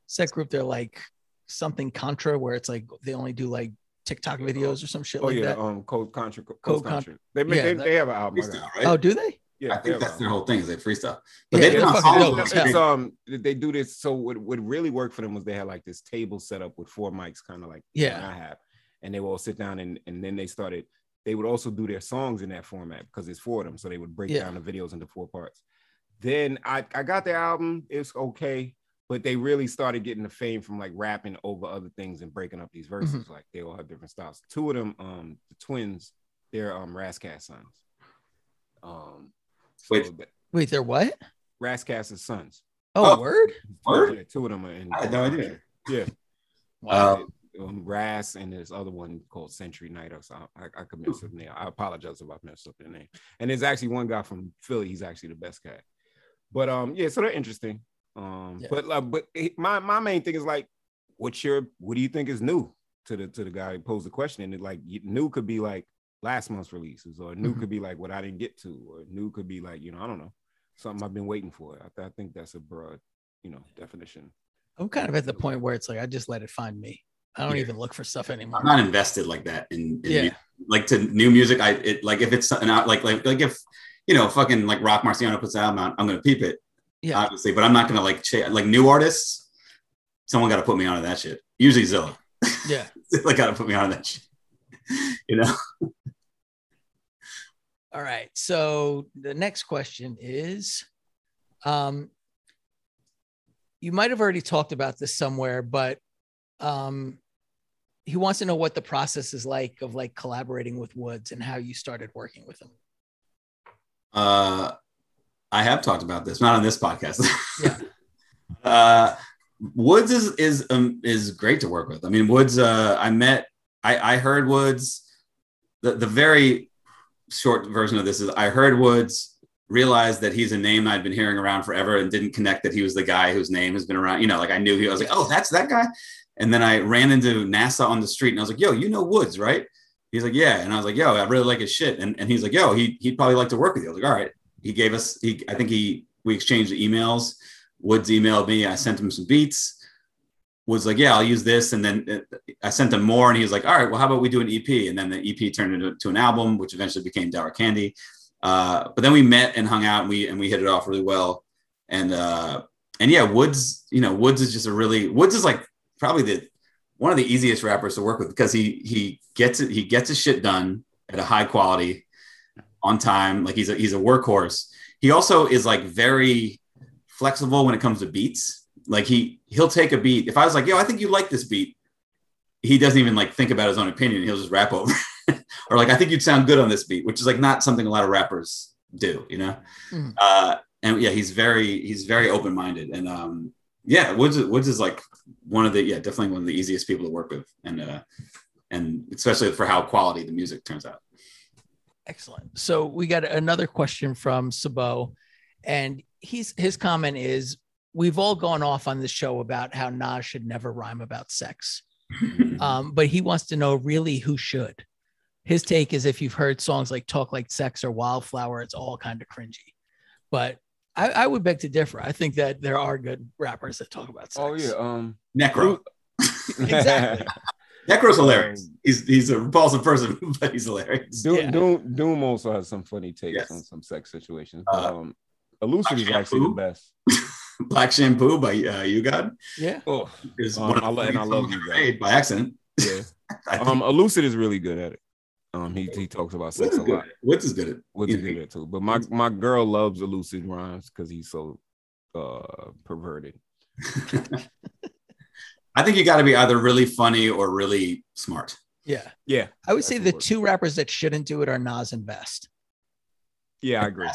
B: set group, they're like something contra where it's like they only do like TikTok videos or some shit
C: Oh
B: like
C: yeah,
B: that.
C: um, Code Contra, Code,
B: Code Con-
C: Contra. They make,
B: yeah,
C: they,
B: that-
C: they have an album. I got it.
D: freestyle, right?
B: Oh, do they?
C: Yeah,
D: I think
C: they have
D: that's
C: an
D: their
C: album.
D: whole thing is they freestyle.
B: Yeah,
D: But they've
B: they're
D: done
B: fucking
D: all
B: dope.
D: of
C: It's,
B: Yeah.
D: them.
C: um, they do this. So what what really worked for them was they had like this table set up with four mics, kind of like
B: Yeah.
C: I have, and they would all sit down and and then they started. They would also do their songs in that format because it's four of them. So they would break
B: Yeah.
C: down the videos into four parts. Then I I got their album. It's okay, but they really started getting the fame from like rapping over other things and breaking up these verses.
D: Mm-hmm.
C: Like they all have different styles. Two of them, um, the twins, they're um Rascast sons. Um,
D: Wait.
C: so the-
B: Wait, they're what?
C: Rascast's sons.
B: Oh,
D: Oh.
B: word?
D: Word?
C: Yeah, two of them are in.
D: I had no idea.
C: Yeah.
D: Wow.
C: Um, Ras and this other one called Century Night or something. I, I could
B: Hmm.
C: mess up the name. I apologize if I messed up their name. And there's actually one guy from Philly. He's actually the best guy. But um, yeah, so they're interesting. Um,
B: Yeah.
C: but like, but it- my my main thing is like, what's your what do you think is new to the to the guy who posed the question? And it, like you- new could be like last month's releases, or new
B: Mhm.
C: could be like what I didn't get to, or new could be like you know I don't know something I've been waiting for. I, I think that's a broad you know definition.
B: I'm kind of at the point where it's like I just let it find me. I don't even look for stuff anymore.
D: I'm not invested like that in, in
B: Yeah.
D: music. like to new music. I it like if it's something out like like like if you know fucking like Rock Marciano puts an album out, I'm gonna peep it.
B: Yeah.
D: obviously, but I'm not gonna like cha- like new artists. Someone got to put me onto that shit. Usually Zilla,
B: Yeah.
D: Zilla got to put me onto that shit. You know,
B: All right. So the next question is um you might have already talked about this somewhere, but um he wants to know what the process is like of like collaborating with Woods and how you started working with him.
D: uh, I have talked about this, not on this podcast.
B: Yeah.
D: uh, Woods is is um, is great to work with. I mean, Woods. Uh, I met. I I heard Woods. The the very short version of this is I heard Woods realized that he's a name I'd been hearing around forever and didn't connect that he was the guy whose name has been around. You know, like I knew he. I was like, oh, that's that guy. And then I ran into NASA on the street and I was like, yo, you know Woods, right? He's like, yeah. And I was like, yo, I really like his shit. And, and he's like, yo, he, he'd probably like to work with you. I was like, all right. He gave us, he, I think he, we exchanged emails. Woods emailed me. I sent him some beats. Woods like, yeah, I'll use this. And then uh, I sent him more. And he was like, all right, well, how about we do an EP? And then the EP turned into to an album, which eventually became Dour Candy. Uh, but then we met and hung out and we, and we hit it off really well. And, uh, and yeah, Woods, you know, Woods is just a really, Woods is like probably the, one of the easiest rappers to work with because he he gets it he gets his shit done at a high quality on time like he's a he's a workhorse he also is like very flexible when it comes to beats like he he'll take a beat if i was like yo i think you like this beat he doesn't even like think about his own opinion he'll just rap over it. or like i think you'd sound good on this beat which is like not something a lot of rappers do you know
B: Mhm.
D: uh and yeah he's very he's very open-minded and um yeah woods is- woods is like one of the yeah definitely one of the easiest people to work with and uh and especially for how quality the music turns out
B: Excellent. So we got another question from Sabo, and he's his comment is we've all gone off on this show about how Nas should never rhyme about sex.
C: Mm-hmm.
B: Um, but he wants to know really who should. His take is if you've heard songs like Talk Like Sex or Wildflower, it's all kind of cringy. But I, I would beg to differ. I think that there are good rappers that talk about sex.
C: Oh yeah, um,
D: necro
B: Exactly.
D: necro's hilarious he's he's a repulsive person but he's hilarious
C: Doom,
B: Yeah.
C: Doom, Doom also has some funny takes
D: Yes.
C: on some sex situations.
D: Uh,
C: But, um, Elucid is
D: Black
C: actually the
D: Shampoo?
C: best.
D: black shampoo by uh you god
B: Yeah.
C: Oh,
D: is
C: Um,
D: one of the
C: I love- and I
D: things
C: love
D: someone
C: You God.
D: made by accident
C: yeah.
D: I think
C: Um, Elucid is really good at it. Um, he he talks about
D: Woods
C: sex
D: is
C: a
D: good.
C: lot.
D: Woods is good at
C: Woods is good at it too. But my my girl loves Elucid rhymes because he's so uh perverted.
D: I think you got to be either really funny or really smart.
B: Yeah.
C: Yeah,
B: I would say
C: That's
B: the
C: the word.
B: two rappers that shouldn't do it are Nas and Best.
C: yeah, I agree.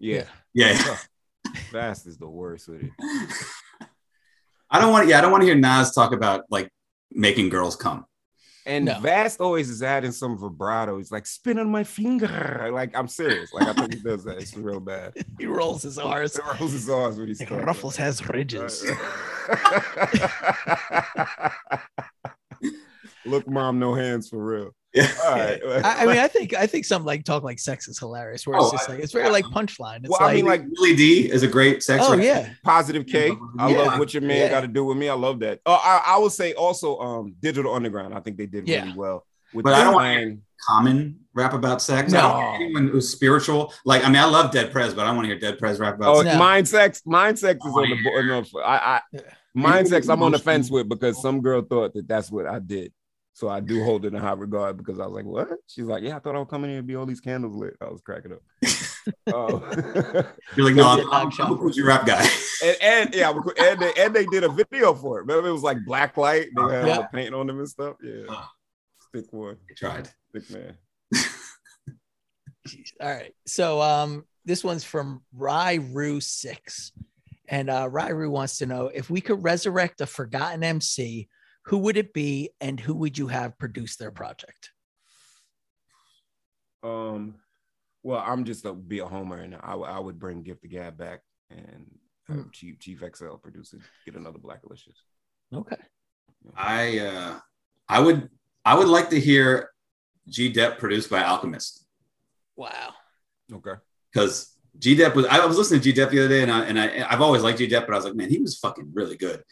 C: Yeah,
D: Yeah.
C: fast is the worst with it.
D: I don't want to. Yeah, I don't want to hear Nas talk about like making girls come.
C: And
B: No.
C: Vast always is adding some vibrato. He's like, spin on my finger. Like, I'm serious. Like, I think he does that. It's real bad.
B: He rolls his R's.
C: The roses are what he's
B: Like, Ruffles has ridges.
C: Look, mom, no hands for real.
D: Yeah.
C: All right.
B: I, I mean, I think I think something like talk like sex is hilarious. Where
D: Oh,
B: it's just like it's very like punchline. It's
C: well,
B: like,
C: I mean, like
D: Willie D is a great sex.
B: oh
D: record.
B: yeah,
C: positive K. I
D: Yeah.
C: love what your man
B: Yeah.
C: got to do with me. I love that. Oh, I, I would say also um, Digital Underground. I think they did
B: Yeah.
C: really well. With
D: But I don't
C: that
D: wanna-
C: line.
D: common rap about sex.
B: No.
D: I don't want anyone who's spiritual. Like, I mean, I love Dead Prez, but I don't want to hear Dead Prez rap about
C: Oh,
D: sex.
B: No.
C: mind sex. Mind sex is on the
D: Oh,
C: board. No, I, I
B: Yeah.
C: mind
D: Maybe
C: sex. I'm on the
D: emotional-
C: fence with because some girl thought that that's what I did. So I do hold it in high regard because I was like, "What?" She's like, "Yeah, I thought I would come in here and be all these candles lit." I was cracking up. oh.
D: You're like, no, I'm,
B: Yeah.
D: I'm, I'm a Gucci rap guy.
C: and and yeah, we- and they, and they did a video for it. Remember, it was like black light. They had all
B: Yeah.
C: the paint on them and stuff. Yeah,
D: Ah.
C: stick one,
D: I tried.
C: stick man.
B: Jeez. All right. So um, this one's from Ryru Six, and uh, Ryru wants to know if we could resurrect a forgotten MC, who would it be, and who would you have produce their project?
C: Um, well, I'm just a be a homer, and I, w- I would bring Gift the Gab back and have
B: Mm.
C: Chief Chief XL produce it. Get another Black Alicious.
B: Okay.
D: I uh, I would I would like to hear G Dep produced by Alchemist
B: Wow.
C: Okay.
D: because G Dep was I was listening to G Dep the other day and I and I I've always liked G Dep, but I was like, man, he was fucking really good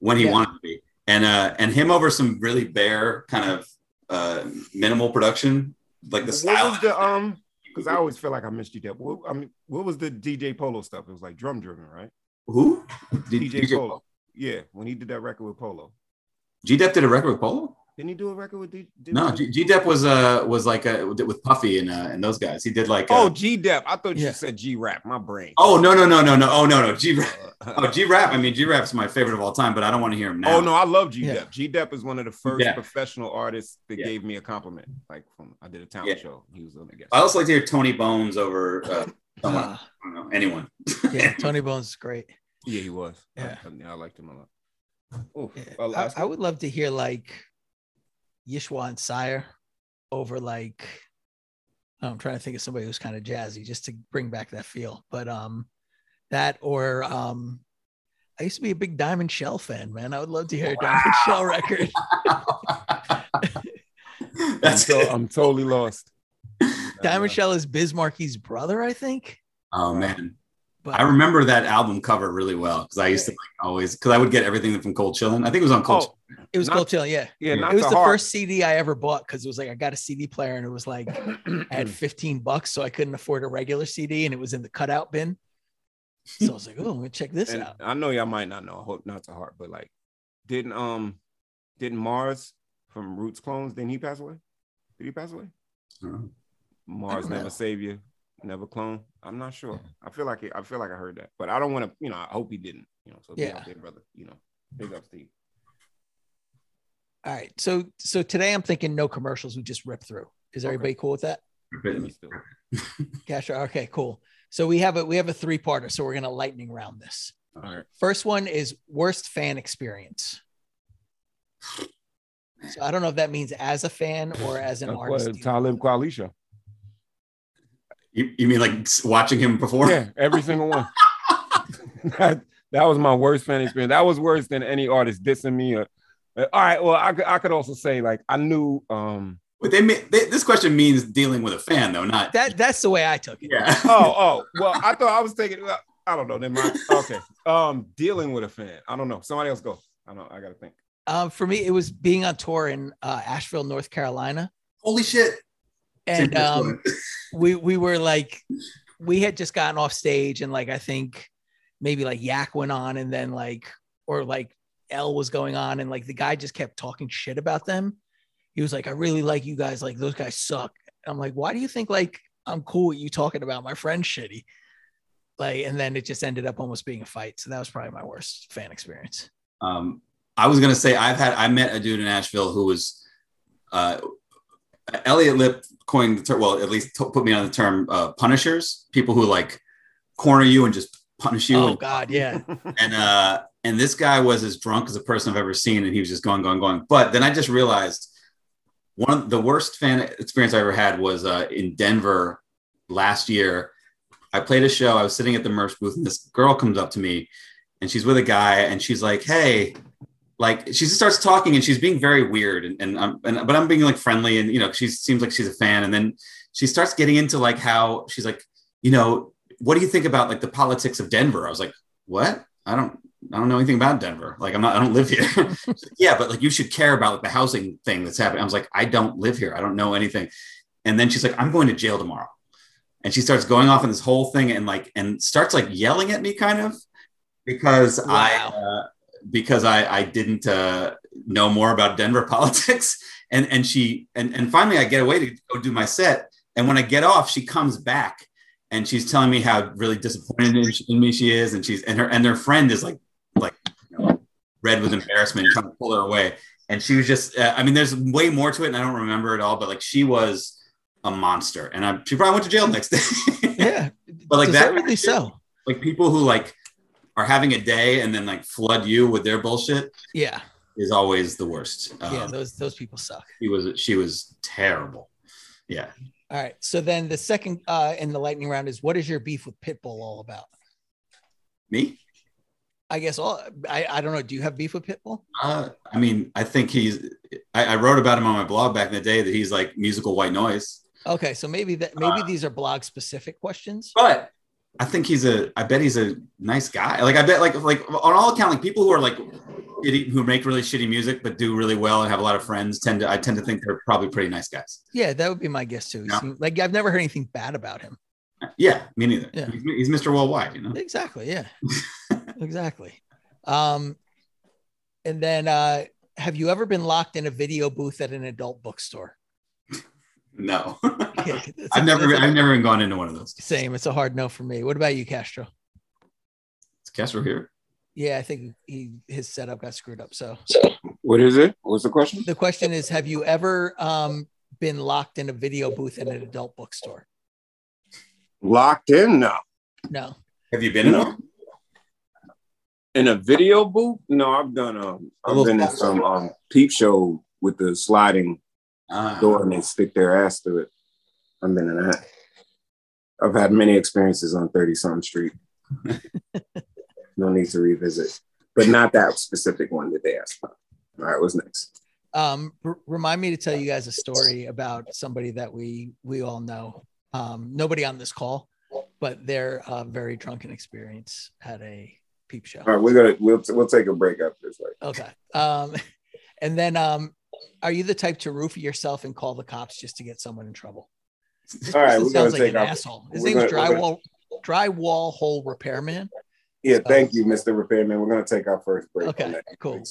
D: when he
B: Yeah.
D: wanted to be. And uh and him over some really bare kind of uh minimal production, like the
C: What
D: style.
C: was the um? Because I always feel like I missed you. That what, I mean, what was the DJ Polo stuff? It was like drum driven, right?
D: Who?
C: DJ, Polo. Yeah, when he did that record with Polo,
D: G Dep did a record with Polo?
C: didn't he do a record with D- did-
D: No, G Dep was uh was like uh with Puffy and uh, and those guys. He did like
C: Oh,
D: uh,
C: G Dep. I thought
B: Yeah.
C: you said G Rap. My brain.
D: oh no no no no no oh no no G Rap
C: Uh,
D: oh G Rap. I mean G Rap's my favorite of all time, but I don't want to hear him now.
C: Oh no, I love G Dep.
B: Yeah.
C: G Dep is one of the first
D: Yeah.
C: professional artists that
D: Yeah.
C: gave me a compliment. Like from I did a talent
D: Yeah.
C: show. He was on the guest.
D: I also like to hear Tony Bones over uh, someone.
B: Uh,
D: I don't know, anyone.
B: yeah, Tony Bones is great.
C: yeah, he was.
B: Yeah.
C: I, I, I liked him a lot. Oh,
B: Yeah.
C: uh,
B: I,
C: last-
B: I would love to hear like Yishwa and Sire over like oh, I'm trying to think of somebody who's kind of jazzy just to bring back that feel. But um that or um I used to be a big Diamond Shell fan, man. I would love to hear a Diamond Shell record.
C: I'm,
D: That's
C: so,
D: it.
C: I'm totally lost.
B: Diamond Shell is Bismarcky's brother, I think.
D: Oh man,
B: But
D: I remember that album cover really well because I used to like always because I would get everything from Cold Chillin. I think it was on Cold.
C: Oh,
B: it was
C: not-
B: Cold Chill, yeah.
C: yeah, not
B: It was
C: the,
B: the
C: hard-
B: first CD I ever bought because it was like I got a CD player and it was like I had 15 bucks, so I couldn't afford a regular CD, and it was in the cutout bin. So I was like, "Oh, I'm gonna check this
C: and
B: out."
C: I know y'all might not know. I hope not to heart, but like, didn't um, didn't Mars from Roots clones? Didn't he pass away? Did he pass away?
D: Chillin'.
C: Mars
B: don't
C: never
B: know.
C: save you, never clone. I'm not sure. I feel like it, I feel like I heard that, but I don't want to. You know, I hope he didn't. You know, so yeah,
B: Yeah.
C: out there, brother. You know, big ups to you.
B: All right, so so today I'm thinking no commercials. We just rip through. Is
C: Okay.
B: everybody cool with that?
C: Let me still-
B: Cash. Okay, cool. So we have a we have a three parter. So we're gonna lightning round this.
C: All right.
B: First one is worst fan experience. So I don't know if that means as a fan or as an
C: That's
B: artist.
C: what Talib Kweli show.
D: You, you mean like s- watching him perform?
C: Yeah, every single one. that, that was my worst fan experience. That was worse than any artist dissing me. Or, uh, all right. Well, I could I could also say like I knew. um
D: But they, ma- they this question means dealing with a fan though, not
B: That that's the way I took it.
D: yeah.
C: Oh oh. Well, I thought I was taking. I don't know. Then my okay. Um, dealing with a fan. I don't know. Somebody else go. I don't. I gotta think.
B: Um, for me, it was being on tour in uh, Asheville, North Carolina,
D: Holy shit!
B: and um, we we were like we had just gotten off stage and like I think maybe like Yak went on and then like or like L was going on and like the guy just kept talking shit about them. He was like, I really like you guys, like those guys suck. And I'm like, why do you think like I'm cool with you talking about my friend shitty? Like, and then it just ended up almost being a fight. So that was probably my worst fan experience.
D: Um, I was gonna say I've had I met a dude in Asheville who was uh, Elliot Lip coined the term. Well, at least t- put me on the term uh, punishers. People who like corner you and just punish you.
B: Oh
D: and,
B: God, yeah.
D: and uh, and this guy was as drunk as a person I've ever seen, and he was just going, going, going. But then I just realized one of the worst fan experience I ever had was uh, in Denver last year. I played a show. I was sitting at the merch booth, and this girl comes up to me, and she's with a guy, and she's like, "Hey, like she just starts talking and she's being very weird and, and I'm and, but I'm being like friendly and you know she seems like she's a fan and then she starts getting into like how she's like you know what do you think about like the politics of Denver I was like what I don't I don't know anything about Denver like I'm not I don't live here like, yeah but like you should care about like, the housing thing that's happening I was like I don't live here I don't know anything and then she's like I'm going to jail tomorrow and she starts going off on this whole thing and like and starts like yelling at me kind of because wow. I. Uh, because I, I didn't uh, know more about Denver politics. And and she and, and finally I get away to go do my set. And when I get off, she comes back and she's telling me how really disappointed in me she is. And she's and her and her friend is like like you know, red with embarrassment, trying to pull her away. And she was just uh, I mean, there's way more to it, and I don't remember it all. But like she was a monster, and I, she probably went to jail next day.
B: yeah,
D: but like that
B: really so.
D: Like people who like are having a day and then like flood you with their bullshit.
B: Yeah,
D: is always the worst.
B: Um, yeah, those those people suck.
D: She was she was terrible. Yeah.
B: All right. So then the second uh in the lightning round is what is your beef with Pitbull all about?
D: Me?
B: I guess all I, I don't know. Do you have beef with Pitbull?
D: Uh, I mean, I think he's. I, I wrote about him on my blog back in the day that he's like musical white noise.
B: Okay, so maybe that maybe uh, these are blog specific questions.
D: But I think he's a. I bet he's a nice guy. Like I bet, like like on all account, like people who are like shitty, who make really shitty music but do really well and have a lot of friends tend to. I tend to think they're probably pretty nice guys.
B: Yeah, that would be my guess too. No. Seemed, like I've never heard anything bad about him.
D: Yeah, me neither. Yeah. He's, he's Mr. Worldwide, you know.
B: Exactly. Yeah. exactly. Um, and then, uh, have you ever been locked in a video booth at an adult bookstore?
D: No, yeah, I've a, never, I've a, never even gone into one of those.
B: Same. It's a hard no for me. What about you, Castro?
D: Is Castro here?
B: Yeah, I think he his setup got screwed up. So,
C: what is it? What's the question?
B: The question is, have you ever um, been locked in a video booth at an adult bookstore?
C: Locked in? No.
B: No.
D: Have you been no. in one?
C: In a video booth? No, I've done um, I've been in some um, peep show with the sliding uh, door and they stick their ass to it. I've been in that. I've had many experiences on 30 something street. no need to revisit, but not that specific one that they asked about. All right, what's next?
B: Um, r- remind me to tell you guys a story about somebody that we we all know. Um, nobody on this call, but their uh, very drunken experience had a peep show.
C: All right, we're gonna we'll, we'll take a break after this. Right?
B: Okay. Um, and then um, are you the type to roofie yourself and call the cops just to get someone in trouble?
C: This All right, we're
B: sounds
C: gonna like
B: an our, asshole. His name's drywall gonna, drywall hole repairman.
C: Yeah, so, thank you, Mr. Repairman. We're gonna take our first break.
B: Okay, cool.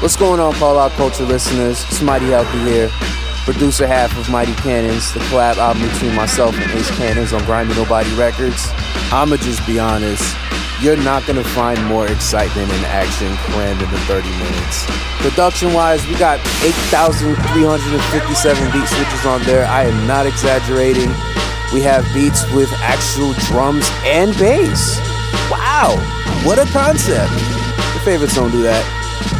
E: What's going on, Fallout Culture listeners? It's Mighty Healthy here, producer half of Mighty Cannons, the collab album between myself and Ace Cannons on Grinding Nobody Records. I'ma just be honest you're not gonna find more excitement and action crammed into 30 minutes. Production wise, we got 8,357 beat switches on there. I am not exaggerating. We have beats with actual drums and bass. Wow, what a concept. Your favorites don't do that.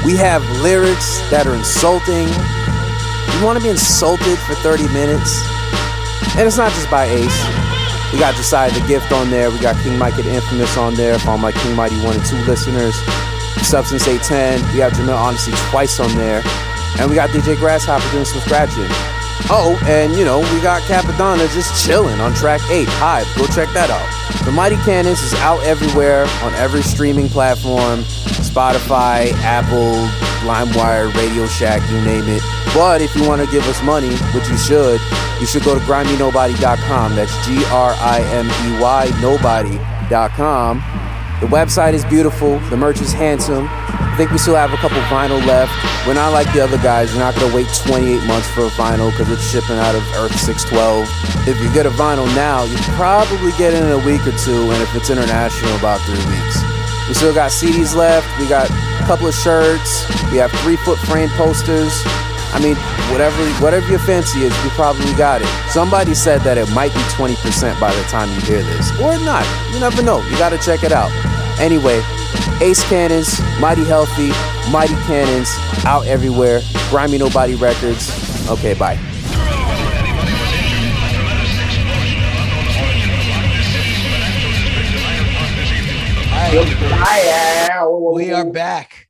E: We have lyrics that are insulting. You wanna be insulted for 30 minutes? And it's not just by Ace. We got Josiah the Gift on there. We got King Mike and Infamous on there for all my King Mighty 1 and 2 listeners. Substance 810. We have Jamil Honesty twice on there. And we got DJ Grasshopper doing some scratching. Oh, and you know, we got Capadonna just chilling on track 8. Hi, go check that out. The Mighty Cannons is out everywhere on every streaming platform Spotify, Apple, LimeWire, Radio Shack, you name it. But if you want to give us money, which you should, you should go to grimynobody.com. That's G R I M E Y nobody.com. The website is beautiful, the merch is handsome. I think we still have a couple vinyl left. We're not like the other guys, you're not going to wait 28 months for a vinyl because it's shipping out of Earth 612. If you get a vinyl now, you probably get it in a week or two, and if it's international, about three weeks. We still got CDs left, we got a couple of shirts, we have three foot frame posters. I mean, whatever whatever your fancy is, you probably got it. Somebody said that it might be 20% by the time you hear this, or not. You never know. You gotta check it out. Anyway, Ace Cannons, Mighty Healthy, Mighty Cannons, out everywhere. Grimy Nobody Records. Okay, bye.
B: All We are back.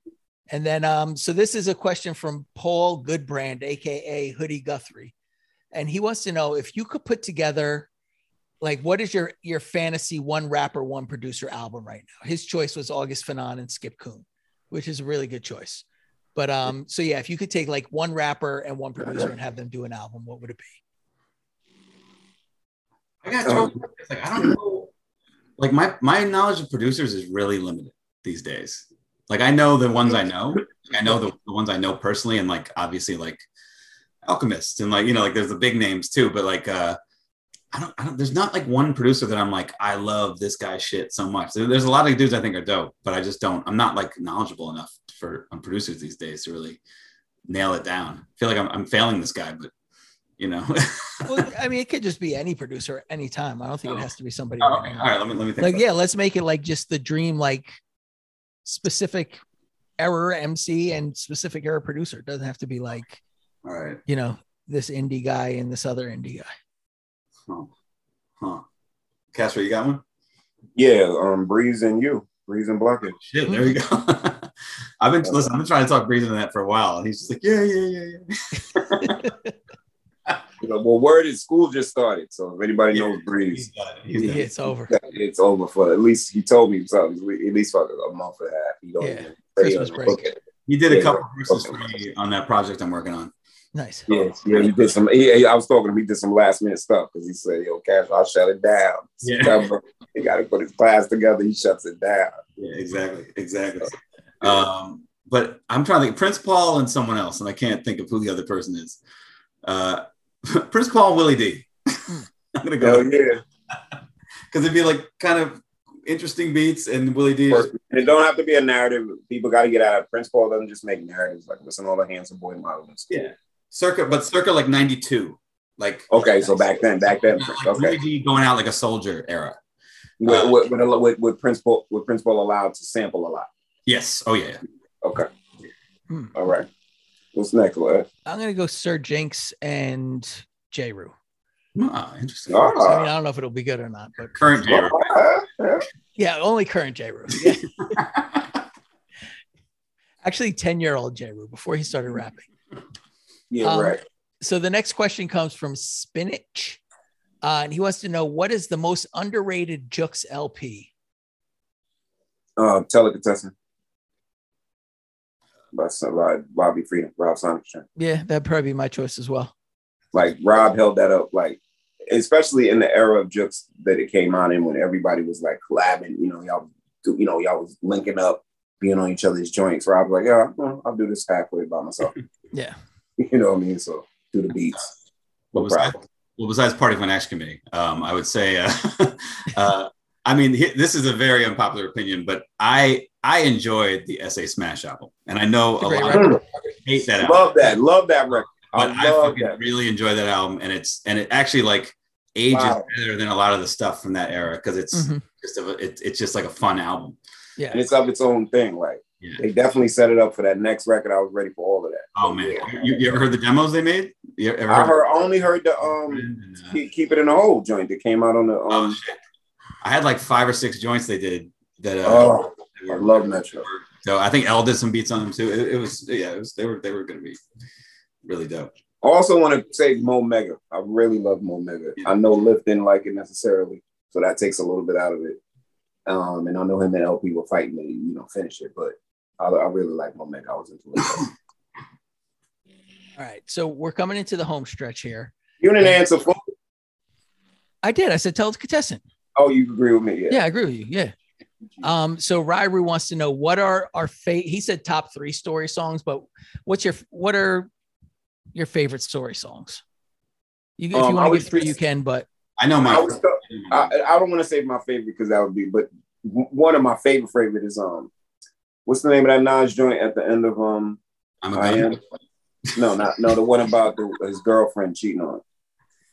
B: And then, um, so this is a question from Paul Goodbrand, aka Hoodie Guthrie, and he wants to know if you could put together, like, what is your your fantasy one rapper, one producer album right now? His choice was August Fanon and Skip Coon, which is a really good choice. But um, so yeah, if you could take like one rapper and one producer and have them do an album, what would it be?
D: I got told, it's like I don't know. Like my my knowledge of producers is really limited these days. Like I know the ones I know. Like, I know the, the ones I know personally, and like obviously like Alchemist and like you know like there's the big names too. But like uh, I don't, I don't there's not like one producer that I'm like I love this guy's shit so much. There- There's a lot of dudes I think are dope, but I just don't. I'm not like knowledgeable enough for on producers these days to really nail it down. I feel like I'm, I'm failing this guy, but you know.
B: Well, I mean, it could just be any producer at any time. I don't think it
D: Oh.
B: has to be somebody.
D: All
B: right
D: right,
B: now.
D: all right, let me let me think.
B: like
D: about
B: yeah let's make it like just the dream like specific error mc and specific error producer it doesn't have to be like
D: it. All right.
B: you know this indie guy and this other indie guy
D: Huh. Huh. Castro, you got one?
C: Yeah, um, Breeze and you, Breeze and Blockhead.
D: Shit, there you go. I've been listen, I've been trying to talk Breeze into that for a while. And he's just like, yeah, yeah, yeah, yeah.
C: You know, well, word is school just started, so if anybody
D: Yeah.
C: knows Breeze,
D: He's got it. He's
B: yeah,
D: got it.
B: it's over
C: that it's over for at least he told me so at least for a month and a half. He don't
B: Yeah,
C: even
B: Christmas
C: say
B: break.
C: Okay.
D: He did a
C: Yeah.
D: couple verses for me on that project I'm working on.
B: nice
C: Yeah, yeah, he did some. He, he- I was talking to him. He did some last minute stuff because he said, "Yo, Cash, I'll shut it down."
D: Yeah.
C: September, he got to put his class together. He shuts it down.
D: Yeah, exactly. Exactly. Um, but I'm trying to think Prince Paul and someone else, and I can't think of who the other person is. Uh, Prince Paul and Willie D. I'm gonna
C: Hell
D: go
C: yeah!
D: because it'd be like kind of interesting beats and Willie D is
C: And it don't have to be a narrative. People got to get out of Prince Paul doesn't just make narratives. Like listen, to all the handsome boy models.
D: Yeah. Circa, but circa like 92. Like,
C: Okay, so back then, back then, Prince,
D: like
C: okay,
D: Willie D going out like a soldier era.
C: with, with, with, with, with Prince Paul, with Prince Paul allowed to sample a lot.
D: Yes. Oh, yeah.
C: Okay,
B: Hmm.
C: all right. What's next, Lad?
B: i'm gonna go sir jinx and j rue
C: Hmm.
D: yeah. Ah, interesting.
C: Ah.
B: i mean i don't know if it'll be good or not but
D: Current J. Rock.
B: yeah only current j rue yeah. actually 10 year old j rue before he started rapping
C: Yeah,
B: Um,
C: right.
B: so the next question comes from Spinach, uh, and he wants to know what is the most underrated Jux LP.
C: Um, Telecontestant. By, some- by Bobby Freedom, Rob Sonic Train.
B: Yeah, that'd probably be my choice as well.
C: Like Rob held that up, like especially in the era of jokes that it came out in when everybody was like collabing, you know, y'all do, you know, y'all was linking up, being on each other's joints. Rob was like, yeah, well, I'll do this halfway by myself.
B: Yeah,
C: you know what I mean? So do the beats.
D: What
C: No
D: was that?
C: problem.
D: well, besides Party of an Action Committee, um, I would say, uh, uh, I mean, he- this is a very unpopular opinion, but I I enjoyed the SA Smash album, and I know a
B: Great
D: lot
B: record.
D: of people hate that album,
C: Love that. Love that record.
D: but
C: I
D: I,
C: love
D: fucking
C: that.
D: really enjoy that album, and it's and it actually like ages
C: Wow.
D: better than a lot of the stuff from that era because it's
B: Mhm.
D: just a, it, it's just like a fun album.
B: yeah.
C: And it's of its own thing. Like
D: Yeah.
C: they definitely set it up for that next record. I was ready for all of that.
D: Oh man, you, you ever heard the demos they made? You ever
C: I heard only heard the um
D: uh,
C: keep, keep it in a hole joint that came out on the
D: Oh
C: um
D: shit! I had like five or six joints they did that. Uh,
C: oh,
D: that
C: I
D: were-
C: love Metro.
D: So I think L did some beats on them too. It, it was yeah, it was they were they were gonna be really dope.
C: Also want to say Mo Mega. I really love Mo Mega. I know Lift didn't like it necessarily, so that takes a little bit out of it. Um, and I know him and LP were fighting to you know finish it, but I, I really like Mo Mega. I was into it.
B: All right, so we're coming into the home stretch here.
C: you didn't answer for.
B: I did. I said tell the contestant.
C: Oh, you agree with me? Yeah.
B: Yeah, I agree with you. Yeah. Um, so Ryru wants to know what are our favorite. He said top three story songs, but what's your what are your favorite story songs? You, if
C: Um,
B: you
C: I
B: want to
C: would
B: give three,
C: say-
B: you can. But
D: I know my
C: I was. I, I don't want to say my favorite because that would be, but w- one of my favorite favorite is um, what's the name of that Nas joint at the end of um
D: I'm a
C: I
D: gun.
C: am. No, not no. The one about the, his girlfriend cheating on. him.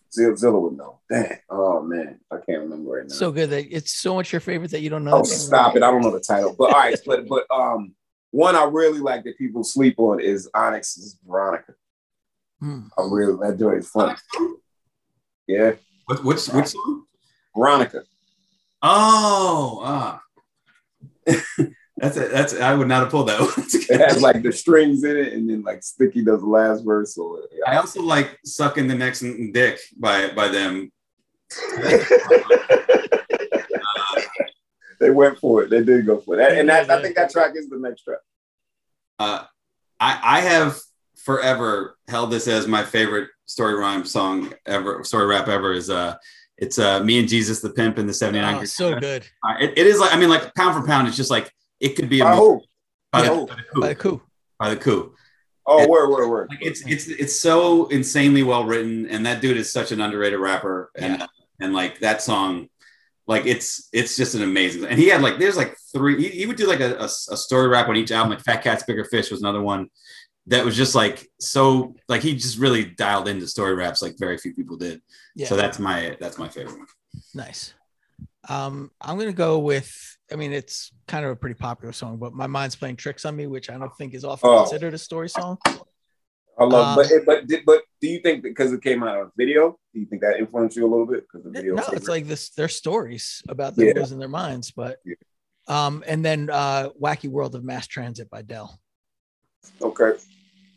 C: Zilla, Zilla would know. Dang. Oh man, I can't remember right now.
B: so good that it's so much your favorite that you don't know.
C: oh,
B: the name of
C: stop it! I don't know the title, but all right, but but um, one I really like that people sleep on is Onyx's Veronica.
B: Hmm.
C: I really that joint is fun. Yeah,
D: What, which which song?
C: Veronica.
D: Oh, ah, That's it. That's I would not have pulled that
C: It
D: one.
C: has like the strings in it, and then like Sticky does the last verse. Or
D: I also like sucking the next n- dick by by them.
C: they went for it. They did go for it, That- and that, I think that track is the next track.
D: Uh, I I have forever held this as my favorite story rhyme song ever, story rap ever. Is uh, it's uh, me and Jesus the pimp and the seventy nine.
B: Oh, so good.
D: it, it is like I mean like pound for pound. It's just like it could be a
C: By
D: movie.
C: who?
D: by, the,
C: Yeah.
D: by the
B: By the
D: coup.
B: coup.
D: By the coup.
C: Oh, word, word, word.
D: like it's it's it's so insanely well written and that dude is such an underrated rapper and and like that song like it's it's just an amazing and he had like there's like three he, he would do like a, a, a story rap on each album like fat cats bigger fish was another one that was just like so like he just really dialed into story raps like very few people did
B: Yeah.
D: so that's my that's my favorite one
B: Nice. Um, I'm gonna go with. I mean, it's kind of a pretty popular song, but my mind's playing tricks on me, which I don't think is often
C: Oh.
B: considered a story song.
C: I love,
B: Uh,
C: but it, but did, but do you think because it came out on video, do you think that influenced you a little bit? Because the video,
B: No, it's like this. Their stories about them
C: Yeah.
B: goes in their minds, but.
C: Yeah.
B: Um, and then uh, "Wacky World of Mass Transit" by Dell.
C: okay.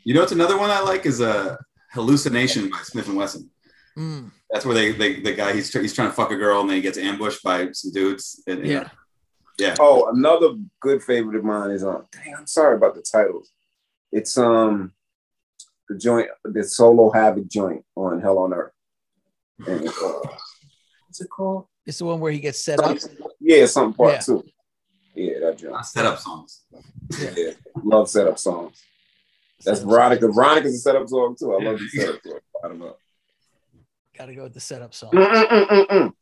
D: you know what's another one i like is uh, hallucination by smith and wesson
B: Mm,
D: that's where they, they the guy he's, tr- he's trying to fuck a girl and then he gets ambushed by some dudes and, and
B: yeah,
D: yeah
C: Oh, another good favorite of mine is um. Dang, I'm sorry about the titles. It's um the joint, the solo havoc joint on Hell on Earth. And, uh, what's it called?
B: it's the one where he gets set up.
C: Yeah, something part
B: Yeah. Ah,
C: two. Yeah, that joint.
D: setup songs.
B: Yeah.
C: Yeah, love setup songs. That's Veronica. Veronica's a setup song too. I love the
D: Yeah.
C: setup song. I don't know.
B: Got to go with the setup song.
C: Mm-mm-mm-mm-mm.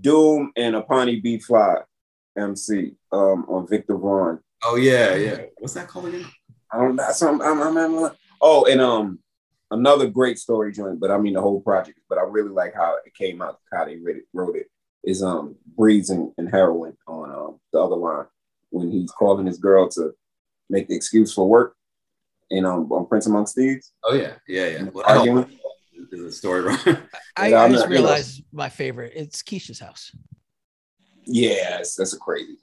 C: Doom and Apani B Fly MC um, on Victor Vaughn.
D: Oh yeah, yeah. What's that called again?
C: I don't know. I'm, I'm, I'm, I'm, oh, and um, another great story joint, but I mean the whole project. But I really like how it came out, how they writ- wrote it. Is um, Breeze and, and heroin on um, the other line when he's calling his girl to make the excuse for work, and um, on Prince Amongst Thieves.
D: Oh yeah, yeah, yeah. Well, I
C: Arguing.
D: don't- this is a story, right?
B: I,
C: Yeah,
B: I
C: I'm
B: just
C: not- you know.
B: realized my favorite. It's Keisha's house.
C: Yes, that's a crazy,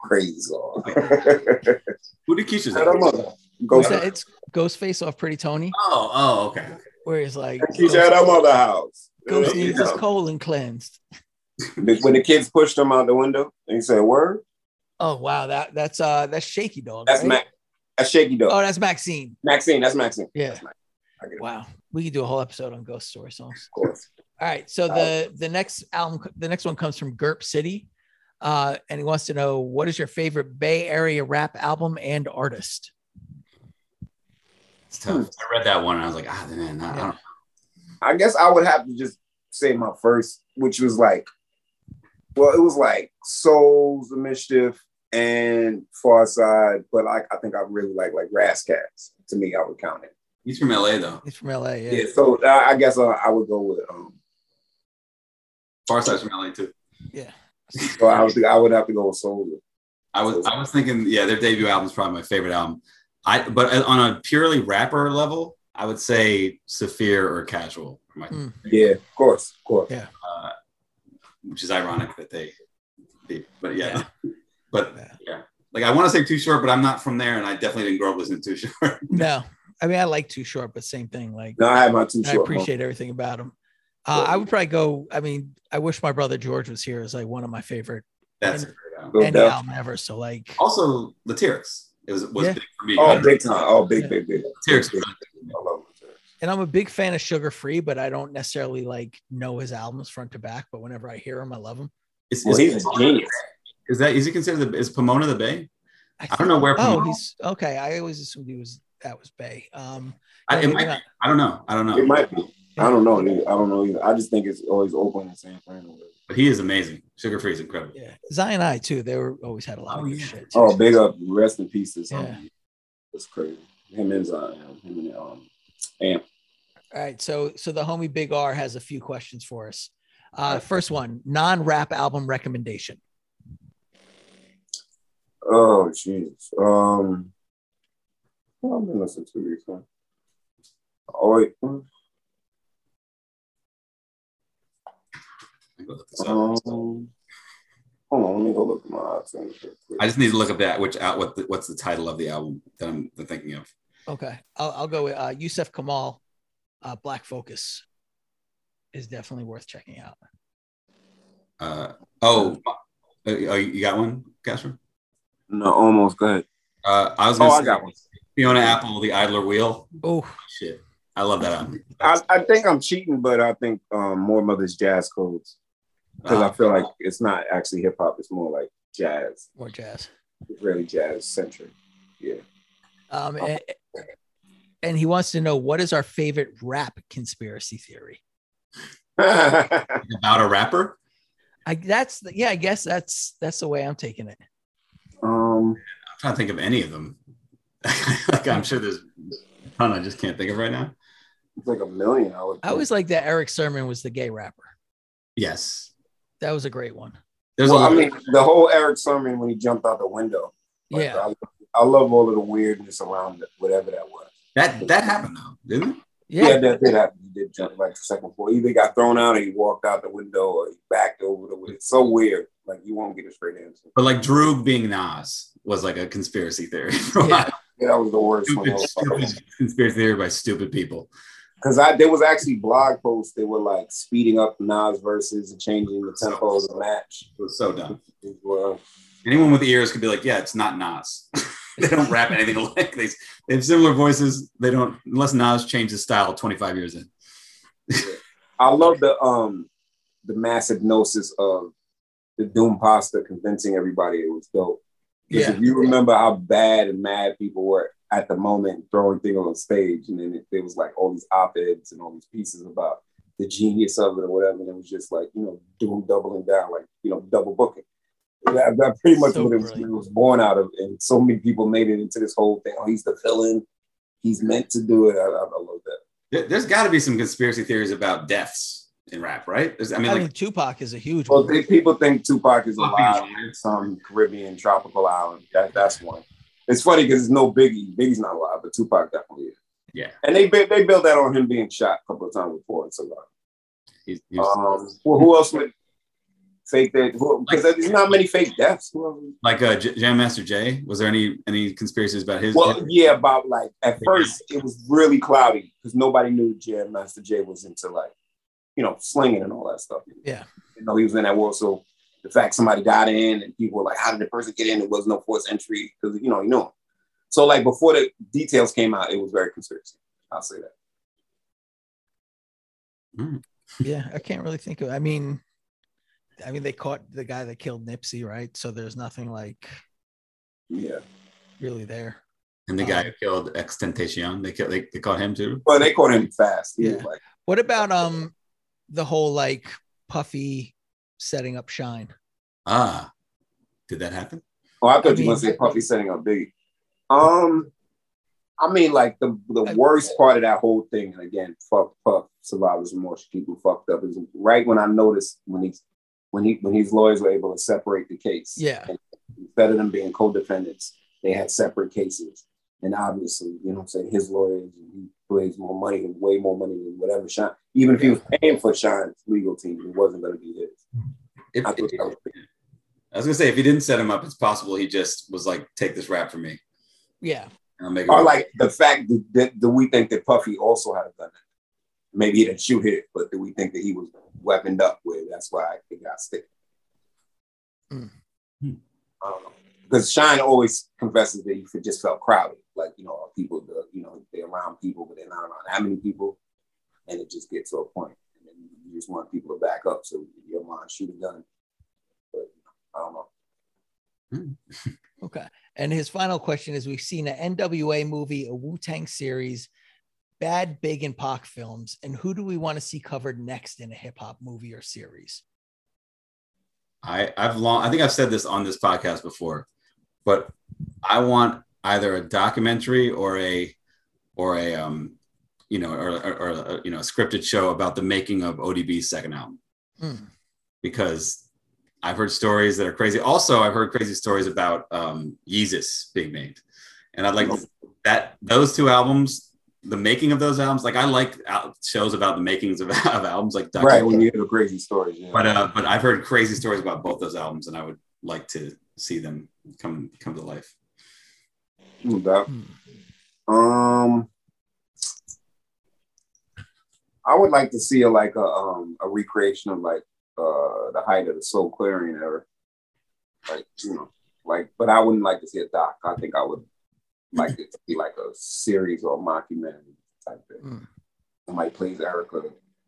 C: crazy song.
D: Who did Keisha's?
C: I don't know. Go
B: What's that?
C: to
B: It's Ghostface off Pretty Tony,
D: Oh, oh, okay.
B: where he's like,
C: Keisha at her mother house.
B: Ghost
C: You
B: needs his
C: know,
B: colon cleansed.
C: When the kids pushed him out the window and he said, "Word,"
B: Oh wow, that that's uh that's shaky dog.
C: that's
B: right?
C: Mac. That's shaky though.
B: Oh, that's Maxine.
C: Maxine, that's Maxine.
B: Yeah.
C: I get it,
B: Wow. We could do a whole episode on ghost story songs.
C: of course.
B: All right. So
C: Uh,
B: the the next album, the next one comes from Gerp City, uh, and he wants to know what is your favorite Bay Area rap album and artist.
D: It's tough. I read that one and I was like, ah, man, I, I don't.
C: I guess I would have to just say my first, which was like, well, it was like Souls of Mischief and Far Side, but like I think I really like like Rascats. To me, I would count it.
D: He's from LA though.
B: He's from LA. Yeah.
C: Yeah. so I, I guess I, I would go with um.
D: Farside's from LA too.
B: yeah.
C: So I would think I would have to go with Soldier.
D: I was I was thinking, yeah, their debut album is probably my favorite album. I but on a purely rapper level, I would say Saphir or Casual, are my-
B: Mm.
C: Yeah, of course, of course.
B: Yeah.
D: uh, which is ironic that they, they but yeah, but yeah.
B: Yeah.
D: like I want to say Too Short, but I'm not from there, and I definitely didn't grow up listening to Too Short.
B: No, I mean I like Too Short, but same thing. Like
C: No, I had my two
B: I
C: short. moments.
B: appreciate everything about him. Uh, I would probably go. I mean, I wish my brother George was here as like one of my favorite
D: That's a great album.
C: No
B: any
C: doubt.
B: album ever. So like,
D: also the T-Rex. It was was
B: Yeah.
D: big for me.
C: Oh, big time. Oh, big, big, big.
D: T-Rex.
C: big. I love it.
B: and I'm a big fan of Sugar Free, but I don't necessarily like know his albums front to back. But whenever I hear him, I love him.
D: Is,
C: Well,
D: is,
C: he's a genius.
D: is that is he considered the is Pomona the Bay?
B: I,
D: don't know where
B: Oh,
D: Pomona-
B: he's okay. I always assumed he was that was Bay. Um,
D: I, it
B: maybe
D: might be.
B: not.
D: I don't know. I don't know.
C: It might be. I don't know. Dude. I don't know either. I just think it's always open and San Fran.
D: But he is amazing. Sugar Free is incredible.
B: yeah, Zion I too. They were always had a lot
D: Oh,
B: of good
D: yeah.
B: shit. Too.
C: Oh, big up. Rest in peace. It's,
B: Yeah.
C: um, it's crazy. Him and Zion. Him and um, Amp.
B: All right, so so the homie Big R has a few questions for us. Uh, first one, non-rap album recommendation.
C: Oh, Jesus. Um, well, I've been listening to these. Huh? Oh, wait. Oh.
D: I go look this up.
C: Um, Hold on, let me go look at my iTunes real quick.
D: I just need to look up that which out what the, what's the title of the album that I'm thinking of.
B: Okay, I'll, I'll go with uh, Yusef Kamal. Uh, Black Focus is definitely worth checking out.
D: Uh, oh, uh, oh, you got one, Casper?
C: No, almost. Go ahead.
D: Uh, I was
C: Oh,
D: gonna
C: I
D: say
C: got one.
D: Fiona Apple, The Idler Wheel.
B: Oh,
D: Shit, I love that album.
C: I, I think I'm cheating, but I think um, more Mother's Jazz Codes because I
D: Uh,
C: feel like it's not actually hip hop. It's more like jazz,
B: more jazz.
C: really jazz centric.
B: Um, and, and he wants to know what is our favorite rap conspiracy theory.
C: yeah,
D: about a rapper.
B: I that's the- yeah, I guess that's that's the way I'm taking it.
C: um,
D: I'm trying to think of any of them. like I'm sure there's a ton I just can't think of right now.
C: it's like a million. I would.
B: I always like that Eric Sermon was the gay rapper.
D: Yes,
B: That was a great one.
D: there's
C: Well,
D: a
C: I
D: lot.
C: mean, the whole Eric Sermon when he jumped out the window. Like,
B: Yeah,
C: I, I love all of the weirdness around it, whatever that was.
D: that that happened though, didn't it?
C: Yeah,
B: yeah,
C: that did happen. He did jump like the second floor. Either he got thrown out or he walked out the window or he backed over the window. It's so weird. Like you won't get a straight answer.
D: But like Droog being Nas was like a conspiracy theory. for a
B: Yeah.
D: while.
C: Yeah, that was the worst one.
D: stupid, stupid conspiracy theory by stupid people.
C: Because I there was actually blog posts that were like speeding up Nas verses and changing the tempo of the match.
D: It was so dumb.
C: Well,
D: Anyone with ears could be like, yeah, it's not Nas. they don't rap anything alike. They, they have similar voices. They don't unless Nas changed his style 25 years in.
C: I love the um the mass hypnosis of the Doom Pasta convincing everybody it was dope. Because
B: yeah.
C: if you remember how bad and mad people were at the moment throwing things on stage, and then it, there was like all these op-eds and all these pieces about the genius of it or whatever, and it was just like you know doing doubling down, like you know double booking. That, that pretty much
B: So
C: what it was,
B: brilliant.
C: it was born out of, and so many people made it into this whole thing. Oh, he's the villain. He's meant to do it. I, I, I love that.
D: There, has got to be some conspiracy theories about deaths in rap, right? There's, I mean,
B: I
D: like
B: mean Tupac is a huge
C: Well,
B: one.
C: they, people think Tupac is
D: Tupac
C: alive
D: is
C: on some Caribbean tropical island. That, that's one. It's funny because there's no Biggie. Biggie's not alive, but Tupac definitely is.
D: Yeah.
C: And they bu- they built that on him being shot a couple of times before. It's a lot.
D: he's, he's-
C: Um, well, who else would fake that? Because there's not many fake deaths. Who else-
D: like uh, J- Jam Master Jay. Was there any any conspiracies about his?
C: Well, yeah, about like at first it was really cloudy because nobody knew Jam Master Jay was into like, you know, slinging and all that stuff.
B: Yeah.
C: You know, he was in that war. So the fact somebody got in and people were like, how did the person get in? There was no forced entry because, you know, you know. So like before the details came out, it was very conspiracy. I'll say that.
B: Yeah, I can't really think of. I mean, I mean they caught the guy that killed Nipsey, right? So there's nothing like
C: Yeah.
B: really there.
D: and the guy who killed Extentacion, they killed they, they caught him too.
C: But they caught him fast. He was
B: Yeah.
C: like,
B: What about um the whole like Puffy setting up Shine?
D: Ah, did that happen?
C: oh, I thought
B: I
C: you were
B: mean-
C: going to say Puffy setting up Biggie. Um, I mean, like the the
B: I-
C: worst part of that whole thing, and again, fuck fuck survivors remorse, people fucked up. Is right when I noticed when he's when he when his lawyers were able to separate the case.
B: Yeah.
C: And instead of them being co-defendants, they had separate cases. And obviously, you know what I'm saying, his lawyers he raised more money and way more money than whatever Sean, even if he was paying for Sean's legal team, it wasn't gonna be his.
D: If-
C: I thought that was
D: I was gonna say if he didn't set him up, it's possible he just was like, "Take this rap from me,
B: Yeah,
D: and I'll make it."
C: Or
D: work."
C: like the fact that, that do we think that Puffy also had a gun? Maybe he didn't shoot it, but do we think that he was weaponed up with? That's why it got stick.
B: Mm.
D: Hmm.
C: I don't know because Shine Um, always confesses that he f- just felt crowded, like you know, are people, the, you know, they're around people, but they're not around how many people, and it just gets to a point, and then you just want people to back up, so your mind shoot a gun. But I don't know.
B: okay. And his final question is: We've seen an NWA movie, a Wu Tang series, bad Big and Pac films, and who do we want to see covered next in a hip hop movie or series?
D: I, I've long, I think I've said this on this podcast before, but I want either a documentary or a, or a, um, you know, or, or, or a, you know, a scripted show about the making of ODB's second album
B: Hmm.
D: because I've heard stories that are crazy. Also, I've heard crazy stories about um, Yeezus being made, and I'd like
B: Oh.
D: that those two albums, the making of those albums. Like I like out- shows about the makings of, of albums, like
C: Right when you hear the crazy stories, yeah.
D: but uh, but I've heard crazy stories about both those albums, and I would like to see them come come to life.
F: No doubt. Um, I would like to see a, like a um a recreation of like uh the height of the Soul Clearing era, like you know, like. But I wouldn't like to see a doc. I think I would like it to be like a series or a mockumentary type thing.
B: Mm.
F: Somebody plays Erica,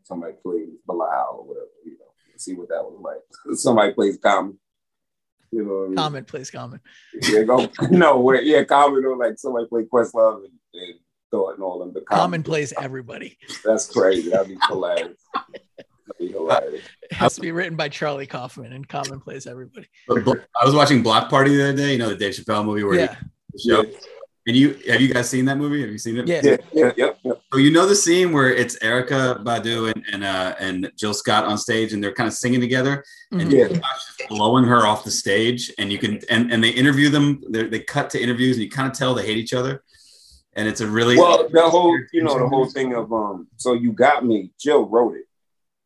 F: somebody plays Bilal or whatever. You know, see what that was like. somebody plays Common. You know, what I mean?
B: Comment, please comment.
F: Yeah, go, no, wait, yeah, Common or like somebody play Questlove and, and Thought and all them. But
B: Common plays everybody.
F: That's crazy. That'd be hilarious. That'd be hilarious.
B: It has to be written by Charlie Kaufman, and Common plays everybody.
D: But Bl- I was watching Block Party the other day. You know the Dave Chappelle movie where
B: Yeah,
D: he show. And you have you guys seen that movie? Have you seen it?
B: yeah.
F: Yeah, yeah, yeah, yeah.
D: So you know the scene where it's Erica Badu and and, uh, and Jill Scott on stage, and they're kind of singing together,
B: Mm-hmm.
D: and
F: Yeah.
D: Josh is blowing her off the stage, and you can and, and they interview them. They're, they cut to interviews, and you kind of tell they hate each other, and it's a really
F: Well, the whole, you know, the whole thing of um, so you got me. Jill wrote it,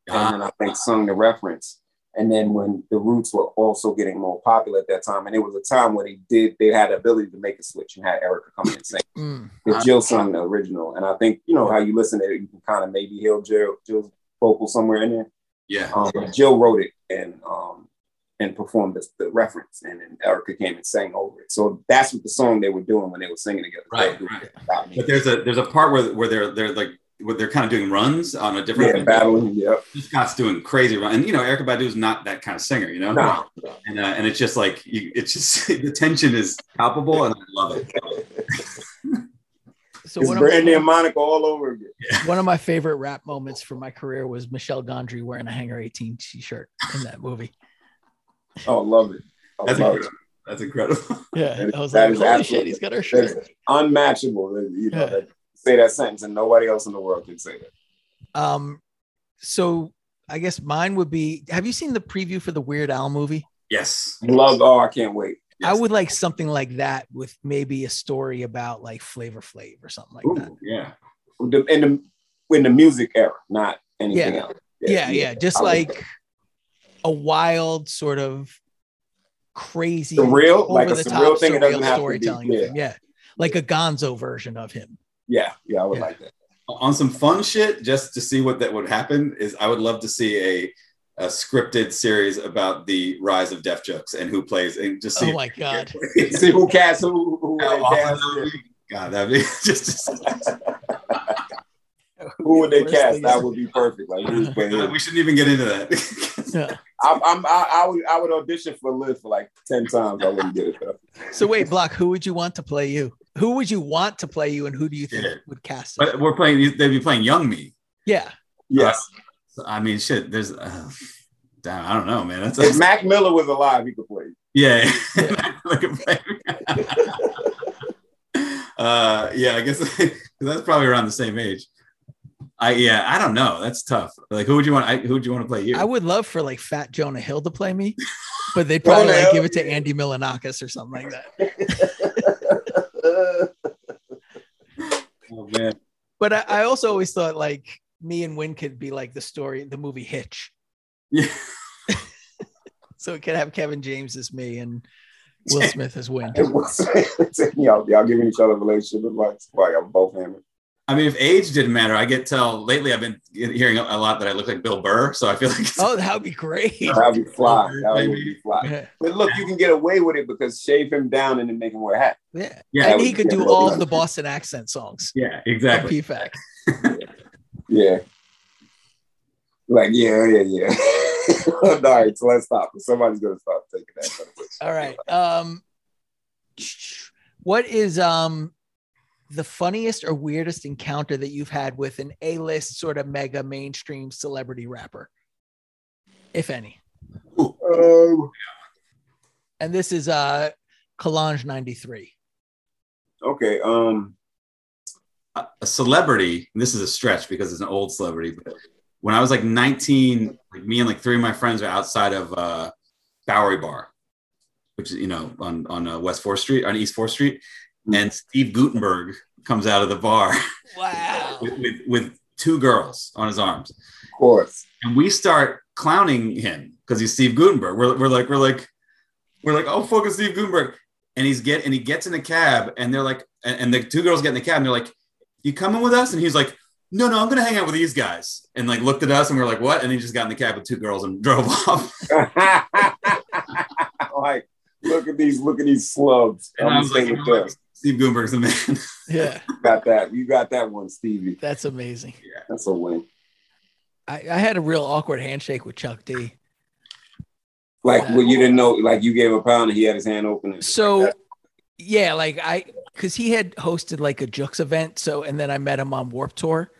F: and then I think sung the reference. And then when the Roots were also getting more popular at that time, and it was a time where they did, they had the ability to make a switch and had Erica come in and sing.
B: Mm.
D: Uh-huh.
F: But Jill sung the original, and I think you know how you listen to it, you can kind of maybe hear Jill, Jill's vocal somewhere in there.
D: yeah.
F: Um, Jill wrote it and um, and performed the, the reference, and then Erica came and sang over it. So that's what the song they were doing when they were singing together.
D: Right,
F: They were
D: right.
F: doing Got Me.
D: But there's a there's a part where where they're they're like where they're kind of doing runs on a different.
F: Yeah, battling. Yep.
D: Jill Scott's doing crazy run, and you know Erica Badu's not that kind of singer, you know.
F: No.
D: And uh, and it's just like you, it's just the tension is palpable, and I love it.
B: So
F: it's
B: one of,
F: Brandy and Monica all over again.
B: one of my favorite rap moments from my career was Michelle Gondry wearing a Hanger 18 t-shirt in that movie.
F: Oh, love it. I
D: That's
F: love it.
D: incredible. That's incredible.
B: Yeah,
F: That-
B: I was
F: that
B: like,
F: is
B: holy shit,
F: absolutely-
B: he's got her
F: That is
B: shirt.
F: unmatchable. You know,
B: Yeah.
F: that, say that sentence, and nobody else in the world can say that.
B: Um, so I guess mine would be. Have you seen the preview for the Weird Al movie?
D: Yes.
F: Love. Oh, I can't wait.
B: I would like something like that with maybe a story about like Flavor Flav or something like that.
D: Ooh, yeah.
F: In the in the music era, not anything
B: Yeah.
F: else.
B: Yeah, yeah, just
F: I would-
B: like a wild sort of crazy,
F: Surreal?
B: over
F: Like a
B: the
F: surreal
B: top
F: thing, it doesn't
B: surreal
F: have to be-
B: storytelling.
F: yeah.
B: of him. yeah, like a Gonzo version of him.
F: Yeah, yeah, I would
B: Yeah.
F: like that.
D: On some fun shit, just to see what that would happen is I would love to see a a scripted series about the rise of Def Jux and who plays and just see
B: Oh my god,
F: See who cast who. who
D: How
F: they
D: awesome
F: cast.
D: that would be. God, that'd be just, just-
F: Who would they
B: Worst
F: cast?
B: thing
F: That
B: is-
F: would be perfect. Like who's playing?
D: uh, we shouldn't even get into that.
B: Yeah.
F: I'm, I'm, I, I would, I would audition for Liz for like ten times. I wouldn't get it though.
B: So wait, Block, who would you want to play you? Who would you want to play you, and who do you think
D: Yeah.
B: would cast it?
D: but we're playing. They'd be playing Young Me.
B: Yeah,
F: Yes,
D: So, I mean, shit. There's. Uh, damn, I don't know, man. That's
F: if Mac Miller was alive, he could play.
D: Yeah. Like a play- uh, yeah, I guess 'cause that's probably around the same age. I yeah, I don't know. That's tough. Like, who would you want? I, who would you want to play you?
B: I would love for like Fat Jonah Hill to play me, but
D: Oh,
B: they'd probably
F: Jonah
B: like
F: Hill,
B: give it to Andy Milanakis or something like that.
F: Uh,
D: oh, man.
B: But I, I also always thought like me and Win could be like the story, the movie Hitch.
D: Yeah.
B: So it could have Kevin James as me and Will Smith as Win.
F: it was- y'all, y'all giving each other relationship advice. Like I'm both hammered.
D: I mean, if age didn't matter, I get tell lately. I've been hearing a lot that I look like Bill Burr, so I feel like it's-
B: Oh, that would be great.
F: That'd be fly. That would be fly.
B: Yeah.
F: But look, you can get away with it because shave him down and then make him wear a hat.
D: yeah,
B: And he could do all of the Boston accent songs.
D: yeah,
B: from
D: exactly.
B: PFAC.
F: Yeah. Like yeah, yeah, yeah. All right, so let's stop. Somebody's gonna stop taking that.
B: All right. Um what is um the funniest or weirdest encounter that you've had with an A-list sort of mega mainstream celebrity rapper? If any.
F: Um,
B: And this is uh Kalange 93.
F: okay. Um.
D: a a celebrity, and this is a stretch because it's an old celebrity, but when I was like 19, like me and like three of my friends are outside of uh, Bowery Bar, which is, you know, on, on uh, West 4th Street, on East 4th Street. And Steve Gutenberg comes out of the bar
B: Wow.
D: with, with, with two girls on his arms.
F: Of course.
D: And we start clowning him because he's Steve Gutenberg. We're, we're like, we're like, We're like, oh, fucking Steve Gutenberg. And he's get and he gets in the cab, and they're like, and, and the two girls get in the cab, and they're like, you coming with us? And he's like, no, no, I'm gonna hang out with these guys. And like looked at us, and we are like, what? And he just got in the cab with two girls and drove off.
C: like, look at these, look at these slubs.
D: And
C: I'm
D: I was like,
C: saying
D: you know
C: with
D: what?
C: them.
D: Steve Gutenberg's the man.
B: Yeah,
C: You got that. You got that one, Stevie.
B: that's amazing.
C: That's a win.
B: I, I had a real awkward handshake with Chuck D.
C: Like well, you didn't know, like you gave a pound and he had his hand open. and-
B: So, yeah, like I, because he had hosted like a Jux event. So, and then I met him on Warp Tour.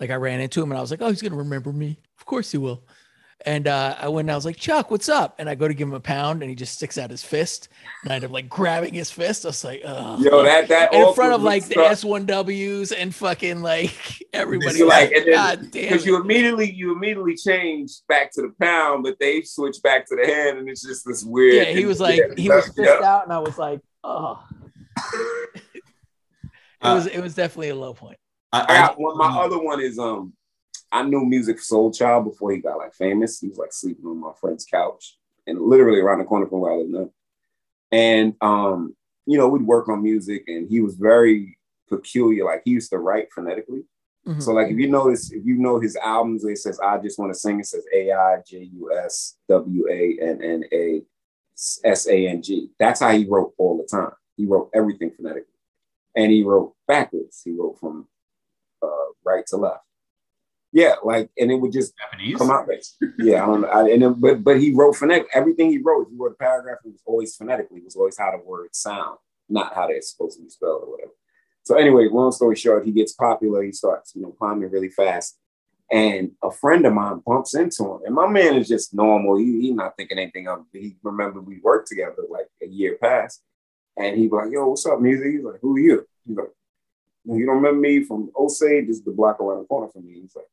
B: Like I ran into him and I was like, oh, he's going to remember me. Of course he will. And uh, I went and I was like, Chuck, what's up? And I go to give him a pound and he just sticks out his fist. And I end up like grabbing his fist. I was like, oh.
C: Yo, that that
B: And in
C: awkward
B: front of like the
C: stuff.
B: S1Ws and fucking like everybody.
C: You're like, and then-
B: God damn.
C: Because
B: it.
C: you immediately you immediately change back to the pound, but they switch back to the hand, and it's just this
B: yeah,
C: weird.
B: he was like,
C: Yeah,
B: he was
C: yeah.
B: fist out, and I was like, oh. it
D: Uh,
B: was it was definitely a low point.
C: I got one. My other one is um, I knew Music Soul Child before he got like famous. He was like sleeping on my friend's couch, and literally around the corner from where I live now. And um, you know, we'd work on music, and he was very peculiar. Like he used to write phonetically.
B: Mhm.
C: So like if you notice, if you know his albums, it says I just want to sing. It says A I J U S W A N N A S A N G. That's how he wrote all the time. He wrote everything phonetically, and he wrote backwards. He wrote from uh, right to left. Yeah, like and it would just
D: Japanese.
C: come out. Basically. Yeah, I don't know. I, and then, but but he wrote phonetic. Everything he wrote, he wrote a paragraph. It was always phonetically. It was always how the words sound, not how they're supposed to be spelled or whatever. So anyway, long story short, he gets popular. He starts you know climbing really fast, and a friend of mine bumps into him. And my man is just normal. He he not thinking anything of. it. He remembered we worked together like a year past, and he be like, "Yo, what's up, music?" He's like, "Who are you?" He's like. You don't remember me from Osage, just the block around the corner from me. He's like,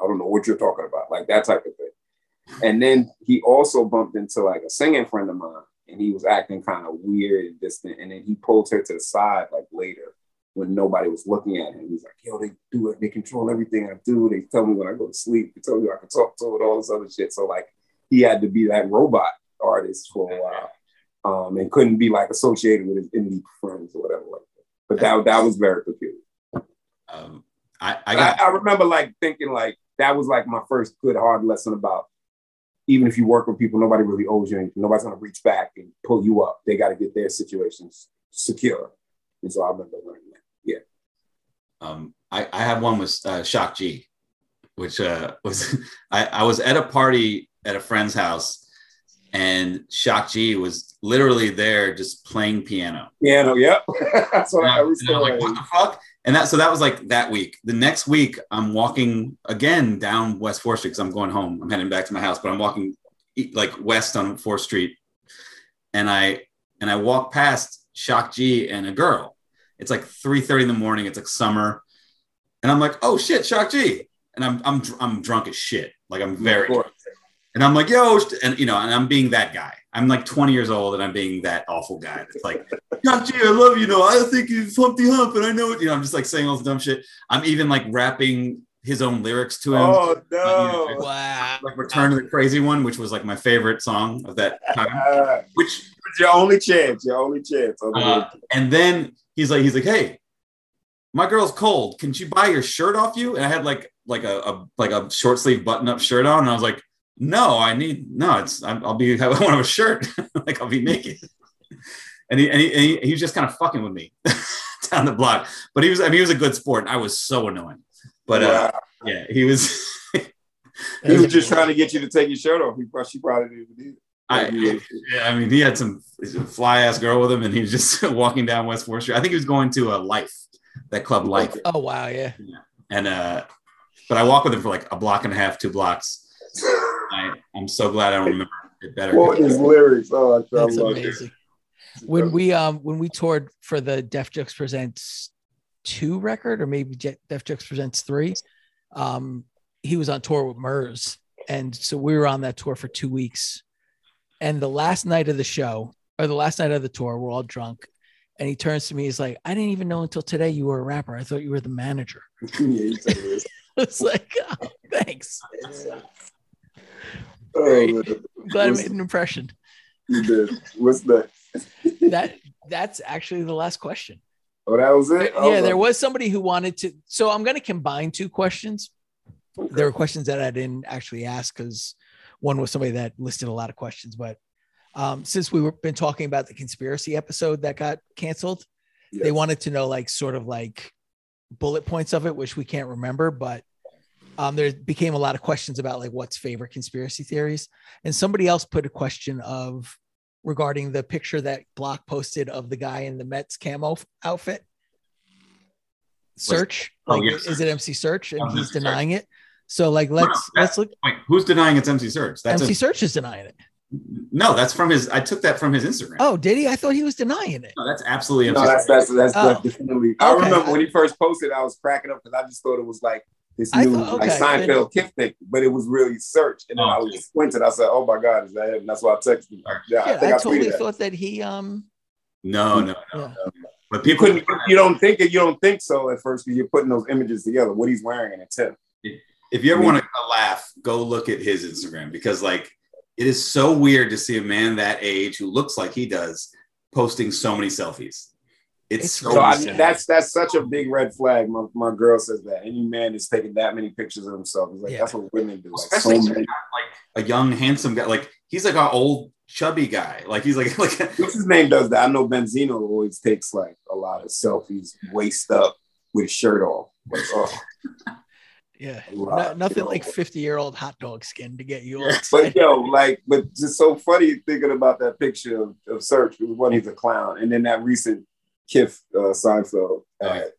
C: I don't know what you're talking about, like that type of thing. And then he also bumped into like a singing friend of mine, and he was acting kind of weird and distant. And then he pulled her to the side like later when nobody was looking at him. He's like, "Yo, they do it. They control everything I do. They tell me when I go to sleep. They tell me I can talk to it. All this other shit." So like, he had to be that robot artist for a while, um, and couldn't be like associated with his indie friends or whatever. Like that. But that that was very peculiar.
D: Um, I, I
C: I,
D: got
C: I remember like thinking like that was like my first good hard lesson about even if you work with people, nobody really owes you anything. Nobody's gonna reach back and pull you up. They got to get their situations secure. And so I remember learning that.
D: um, I, I have one with uh, Shock G, which uh, was I, I was at a party at a friend's house, and Shock G was literally there just playing piano.
C: Piano, yep. That's what
D: And
C: I
D: I, and
C: always
D: I was
C: tell
D: like, what the fuck? And that so that was like that week. The next week, I'm walking again down West Fourth Street because I'm going home. I'm heading back to my house, but I'm walking e- like west on Fourth Street, and I and I walk past Shock G and a girl. It's like 3:30 in the morning. It's like summer, and I'm like, oh shit, Shock G, and I'm I'm dr- I'm drunk as shit. Like I'm very,
C: Of course.
D: and I'm like, yo, and you know, and I'm being that guy. I'm like 20 years old, and I'm being that awful guy. It's like, Shock G, I love you. you know, I think it's Humpty Hump, and I know it. You know, I'm just like saying all this dumb shit. I'm even like rapping his own lyrics to him
C: Oh no.
B: Wow.
D: like Return to the Crazy One, which was like my favorite song of that time.
C: Uh,
D: Which
C: it's your only chance, your only chance. Other
D: Uh, and then he's like, he's like, hey, my girl's cold. Can she buy your shirt off you? And I had like like a, a like a short sleeve button up shirt on, and I was like, no, I need no. It's I'm, I'll be I won't have a shirt. like I'll be naked. And he, and, he, and he he was just kind of fucking with me down the block. But he was I mean he was a good sport, and I was so annoying. But uh, yeah, he was.
C: he was just trying to get you to take your shirt off. He probably, she probably didn't even do it.
D: I, Yeah, I mean, he had some fly ass girl with him, and he was just walking down West Fourth Street. I think he was going to a Life, that club Life,
B: Oh wow, yeah.
D: and uh, but I walked with him for like a block and a half, two blocks. I, I'm so glad I don't remember it better.
C: What is lyrics? Oh, I
B: That's
C: love it.
B: amazing. When we um when we toured for the Def Jux Presents two record or maybe Je- Def Jux Presents three, um, he was on tour with Murs, and so we were on that tour for two weeks. And the last night of the show, or the last night of the tour, we're all drunk, and he turns to me, he's like, "I didn't even know until today you were a rapper. I thought you were the manager."
C: yeah, you said it.
B: It's like, oh, thanks.
C: Oh, man.
B: I'm glad I
C: Was-
B: made an impression.
C: You Oh, did. What's that?
B: that that's actually the last question.
C: Oh, that was it.
B: yeah, there was somebody who wanted to. So I'm going to combine two questions. There were questions that I didn't actually ask because one was somebody that listed a lot of questions. But um, since we were been talking about the conspiracy episode that got canceled, they
C: Yes.
B: wanted to know like sort of like bullet points of it, which we can't remember. But um, there became a lot of questions about like what's favorite conspiracy theories, and somebody else put a question of regarding the picture that Block posted of the guy in the Mets camo f- outfit. Search,
D: Oh,
B: like,
D: yeah,
B: is it MC Search, and
D: Oh,
B: he's
D: MC Search.
B: denying it. So like, let's
D: that-
B: let's look.
D: Wait, who's denying it's MC Search? That's
B: MC
D: a,
B: Search is denying it.
D: no, that's from his. I took that from his Instagram.
B: Oh, did he? I thought he was denying it.
D: no, that's absolutely MC.
C: No, that's that's that's
B: Oh.
C: definitely. I
B: Okay.
C: remember when he first posted, I was cracking up because I just thought it was like this
B: I
C: new
B: thought-
C: like
B: okay.
C: Seinfeld kick thing, but it was really search. And then
D: Oh,
C: I
D: okay.
C: was squinted. I said, "Oh my God, is that him?" And that's why I texted him. Like, yeah, I
B: Yeah,
C: think I,
B: I totally
C: tweeted that.
B: thought that he um
D: no, no, no.
B: Yeah.
D: But
C: You
D: people,
C: couldn't. You don't think it. You don't think so at first because you're putting those images together. What he's wearing and it's him.
D: if you ever want to laugh, go look at his Instagram because like it is so weird to see a man that age who looks like he does posting so many selfies. It's,
B: It's
D: so
C: So I,
D: sad.
C: that's that's such a big red flag. My, my girl says that any man is taking that many pictures of himself. It's like
B: Yeah.
C: that's what women do. Like, so
D: especially
C: many.
D: like a young handsome guy. Like he's like our old chubby guy. Like he's like like
C: What's his name does that? I know Benzino always takes like a lot of selfies, waist up with his shirt off. Like, oh.
B: yeah
C: Right.
B: no- nothing like 50 year old hot dog skin to get you all
D: Yeah.
C: But yo, like, but just so funny thinking about that picture of, of Search. It was when he's a clown, and then that recent Kiff uh, Seinfeld. ad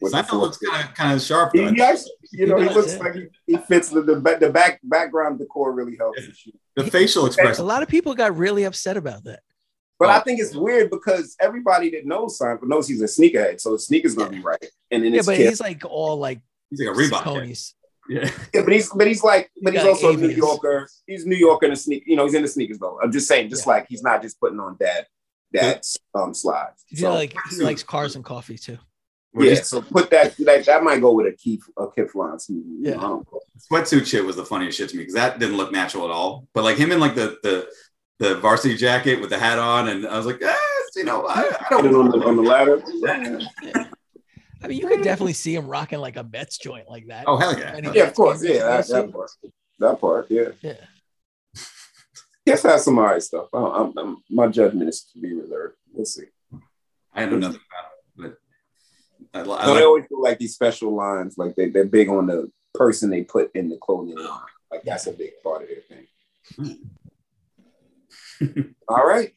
C: with the
D: Seinfeld looks
C: four-
D: kind of kind of sharp.
C: He,
D: Though.
C: he actually, you know, he
B: does,
C: looks
B: yeah.
C: like he, he fits the the, ba- the back background decor really helps. and shit.
D: the facial
B: a
D: expression.
B: lot of people got really upset about that
C: But I think it's weird because everybody that knows Seinfeld knows he's a sneakerhead, so his sneakers gonna be right. And then
B: yeah
C: it's
B: but
C: Kiff.
B: he's like all like
D: He's like a Reebok.
B: Coney's.
D: Yeah.
C: Yeah, but he's but he's like but
B: He's
C: he's
B: got
C: also a New
B: avians.
C: Yorker. He's New Yorker in a sneak. You know, he's in the sneakers though. I'm just saying, just
B: Yeah.
C: like he's not just putting on dad dad's um slides.
B: He's
C: So,
B: like he likes cars and coffee too
D: We're
C: yeah,
D: just-
C: so put that like that might go with a Keith a Keith line.
B: Yeah.
C: Yeah.
D: sweatsuit shit was the funniest shit to me because that didn't look natural at all. But like him in like the the the varsity jacket with the hat on, and I was like, ah, you know, I, I
C: Put it on the,
D: don't.
C: on the ladder.
B: i mean you could definitely see him rocking like a mets joint like that
D: Oh hell yeah!
C: Yeah, of course. Yeah, that, that part. That part. Yeah.
B: yeah
C: Yes, has some alright stuff. I- I'm, I'm, my judgment is to be reserved. We'll see.
D: I don't know nothing about it, but I, li- I
C: So
D: like
C: they always do like these special lines, like they, they're big on the person they put in the clothing line. Like that's a big part of their thing. All right.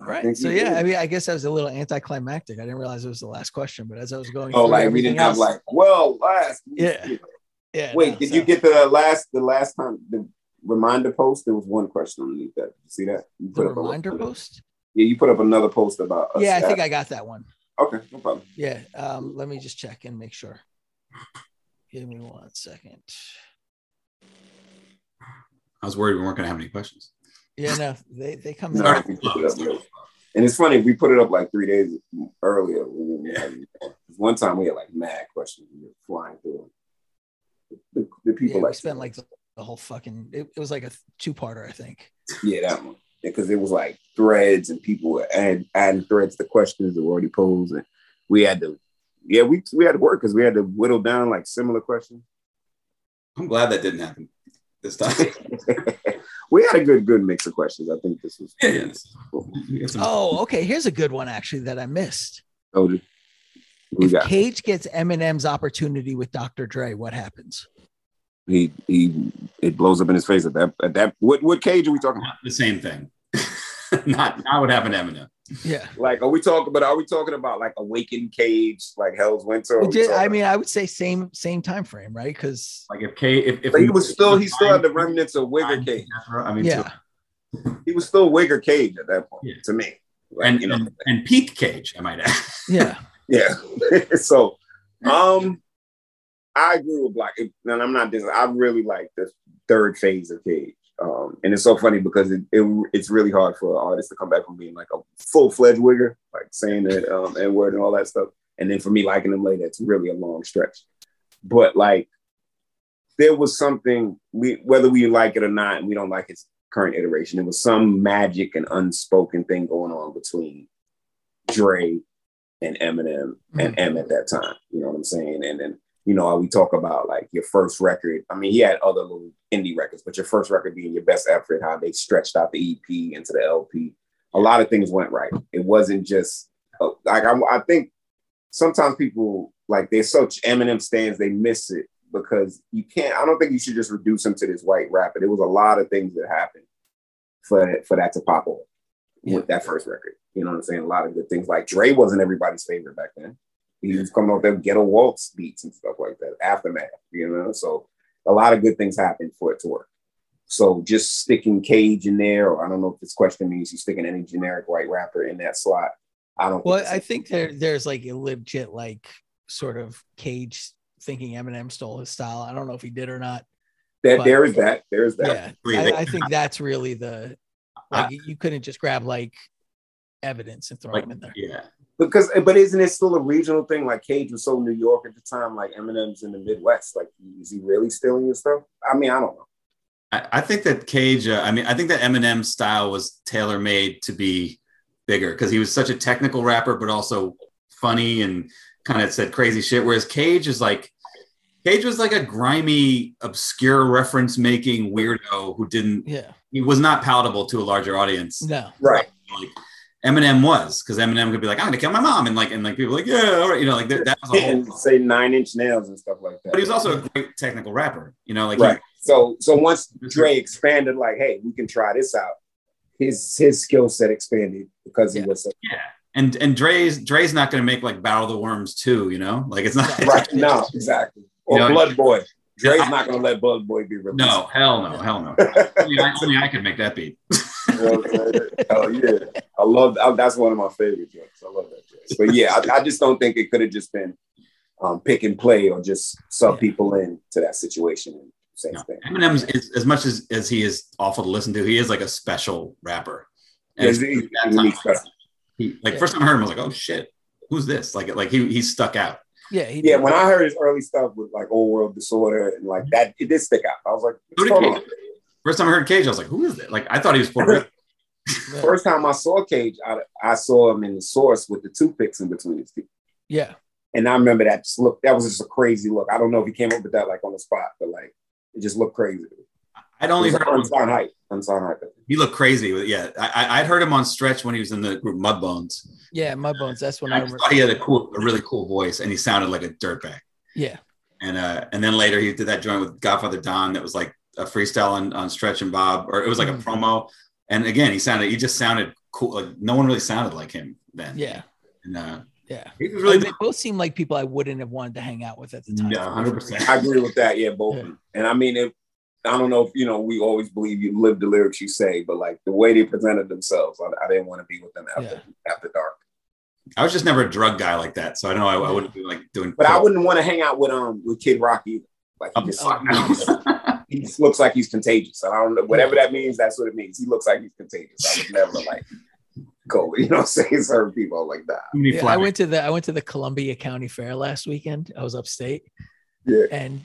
C: I
B: right
C: think
B: so
C: we
B: yeah i
C: did.
B: mean i guess that was a little anticlimactic i didn't realize it was the last question but as i was going
C: Oh,
B: through
C: like we
B: everything
C: didn't have
B: else-
C: like, well, last.
B: Yeah. yeah
C: Wait,
B: no,
C: did
B: so-
C: you get the last the last time the reminder post? There was one question underneath that. You see that? You
B: the
C: up a-
B: reminder post
C: Yeah, you put up another post about us.
B: yeah i think i got that one
C: Okay, no problem.
B: Yeah, um, let me just check and make sure. Give me one second.
D: I was worried we weren't gonna have any questions.
B: Yeah, no, they, they come in.
C: No, we put it up late. and it's funny we put it up like three days earlier. We didn't have any- One time we had like mad questions we were flying through. them. The, the
B: Yeah,
C: people
B: we
C: like
B: spent like the, the whole fucking. It, it was like a two parter, I think.
C: yeah that one because it was like threads and people were adding, adding threads to questions that were already posed and we had to yeah we we had to work because we had to whittle down like similar questions.
D: I'm glad that didn't happen this time.
C: we had a good good mix of questions. I think this was
D: yeah, yeah. this-
C: cool.
D: we got some-
B: Oh, okay. Here's a good one actually that I missed.
C: Odie, what we
B: If
C: got
B: Cage gets Eminem's opportunity with Dr. Dre, what happens?
C: he he it blows up in his face at that at that what what cage are we talking about?
D: not the same thing. not not what happened to Eminem.
B: Yeah,
C: Like, are we talking? But are we talking about like Awakened Cage, like Hell's Winter? Or are
B: Well,
C: we
B: did- I
C: talking-
B: mean, I would say same same time frame, right? Because
D: Like if K, if, if
C: But he was still he
D: if
C: still had the remnants of
D: Ryan-
C: Wigger Cage.
D: I mean,
B: yeah,
C: He was still Wigger Cage at that point
D: Yeah.
C: to me. Like,
D: and,
C: you know,
D: and and peak Cage, I might add.
B: yeah,
C: yeah. so, um, I agree with Black, and I'm not this. I really like the third phase of Cage. Um, and it's so funny because it, it it's really hard for artists to come back from being like a full fledged wigger, like saying that um, N word and all that stuff. And then for me liking them later, it's really a long stretch. But like, there was something we whether we like it or not, and we don't like his current iteration. It was some magic and unspoken thing going on between Dre and Eminem and M at that time. You know what I'm saying? And then you know we talk about like your first record. I mean, he had other little indie records, but your first record being your best effort. How they stretched out the EP into the LP. A lot of things went right. It wasn't just uh, like I, I think sometimes people like they're such Eminem stands they miss it because you can't. I don't think you should just reduce him to this white rapper. There was a lot of things that happened for for that to pop off with that first record. You know what I'm saying? A lot of good things. Like Dre wasn't everybody's favorite back then. He was coming off them ghetto waltz beats and stuff like that. Aftermath, you know. So a lot of good things happened for it to work. So just sticking Cage in there, or I don't know if this question means you sticking any generic white rapper in that slot. I don't.
B: Well,
C: it's-
B: I think there there's like a legit like sort of cage thinking Eminem stole his style. I don't know if he did or not.
C: that there is that. There is that.
B: Yeah,
D: agree
B: I,
D: that-
B: I think that's really the like you couldn't just grab like evidence and throw
D: Like-
B: him in there.
D: yeah.
C: Because, but isn't it still a regional thing? Like Cage was so New York at the time. Like Eminem's in the Midwest. Like, is he really stealing your stuff? I mean, I don't know.
D: I, I think that Cage. Uh, I mean, I think that Eminem style was tailor made to be bigger because he was such a technical rapper, but also funny and kind of said crazy shit. Whereas Cage is like, Cage was like a grimy, obscure reference making weirdo who didn't.
B: Yeah,
D: He was not palatable to a larger audience.
B: no,
C: Right.
D: Like Eminem was, because Eminem could be like, "I'm gonna kill my mom," and like, and like people were like, "Yeah, all right," you know, like that, that was a whole.
C: And say nine inch nails and stuff like that.
D: But he was also a great technical rapper. You know, like he-
C: right. So so once Dre expanded, like, hey, we can try this out. His his skill set expanded because he
B: Yeah.
C: was so-
D: Yeah. And and Dre's Dre's not gonna make like Battle of the Worms too, you know? Like it's not
C: right now exactly. Or
D: You know,
C: Blood Boy. Dre's not gonna let Blood Boy be released.
D: No, hell no, hell no. only, I, only I could make that beat.
C: You know what I'm saying? oh yeah, I love that. That's one of my favorite jokes. I love that joke. But yeah, I, I just don't think it could have just been um, pick and play or just sub
B: Yeah.
C: people in to that situation and same
D: No.
C: thing.
D: Eminem is as much as, as he is awful to listen to, he is like a special rapper. And
C: Yeah,
D: it's-
C: he-
D: that
C: he
D: time,
C: needs that.
D: he- like
B: Yeah.
D: first time I heard him, I was like, oh shit, who's this? Like like he he stuck out.
B: yeah, he
C: Yeah,
B: did.
C: when I heard his early stuff with like Old World Disorder and like that, it did stick out. I was like,
D: Who
C: what's
D: did
C: going on?
D: Cage? First time I heard Cage, I was like, who is that? Like I thought he was Puerto Rican.
B: Yeah.
C: First time I saw Cage, I, I saw him in the source with the toothpicks in between his teeth.
B: yeah,
C: And I remember that just look, that was just a crazy look. I don't know if he came up with that like on the spot, but like it just looked crazy.
D: I'd only
C: It was
D: heard him,
C: unsigned hype. Unsigned hype.
D: he looked crazy. but Yeah, I, I- I'd heard him on Stretch when he was in the group Mudbones.
B: yeah. My bones. That's when I
D: I just
B: remember.
D: thought he had a cool, a really cool voice, and he sounded like a dirtbag.
B: Yeah,
D: And uh, and then later he did that joint with Godfather Don that was like a freestyle on, on Stretch and Bob, or it was like
B: Mhm.
D: a promo. And again, he sounded, he just sounded cool. Like no one really sounded like him then.
B: yeah,
D: And, uh,
B: yeah.
D: he was really
B: And they both seem like people I wouldn't have wanted to hang out with at the time.
D: no, 100%.
C: I agree with that. Yeah, both. of them. And I mean, if I don't know if you know, we always believe you live the lyrics you say, but like the way they presented themselves, I, I didn't want to be with them after after dark.
D: I was just never a drug guy like that. So I know I, I wouldn't be like doing.
C: But I wouldn't want to hang out with um with Kid Rock either. Like
B: Um,
C: he just,
B: Oh,
D: Fuck no.
C: he just looks like he's contagious. And I don't know whatever that means. That's what it means. He looks like he's contagious. I would never like go. You know, what I'm saying certain people like that.
D: Too many
B: Yeah, I
D: flags.
B: went to the I went to the Columbia County Fair last weekend. I was upstate.
C: Yeah.
B: And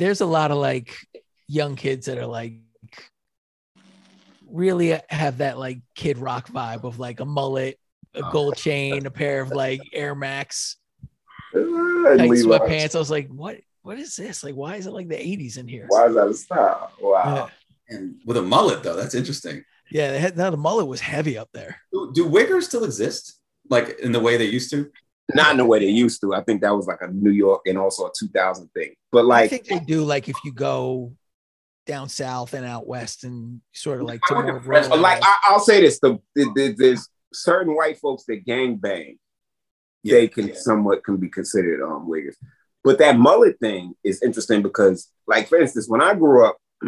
B: there's a lot of like young kids that are like really have that like kid rock vibe of like a mullet, a
D: Oh.
B: gold chain, a pair of like Air Max
C: And
B: tight
C: Levi's.
B: sweatpants. I was like, what what is this? Like, why is it like the 80s in here?
C: Why is that a style?
B: Yeah.
C: Wow.
D: And with a mullet, though, that's interesting.
B: Yeah, they had, no, the mullet was heavy up there.
D: Do, do wiggers still exist? Like in the way they used to?
C: Not in the way they used to. I think that was like a New York and also a 2000 thing. But
B: I
C: like,
B: think they do like if you go down south and out west and sort of like to
D: I went to
B: more
D: Fresno,
B: rural
C: like
B: areas.
C: I, I'll say this: the, the, the there's certain white folks that gang bang. They can somewhat can be considered um wiggers, but that mullet thing is interesting because, like for instance, when I grew up,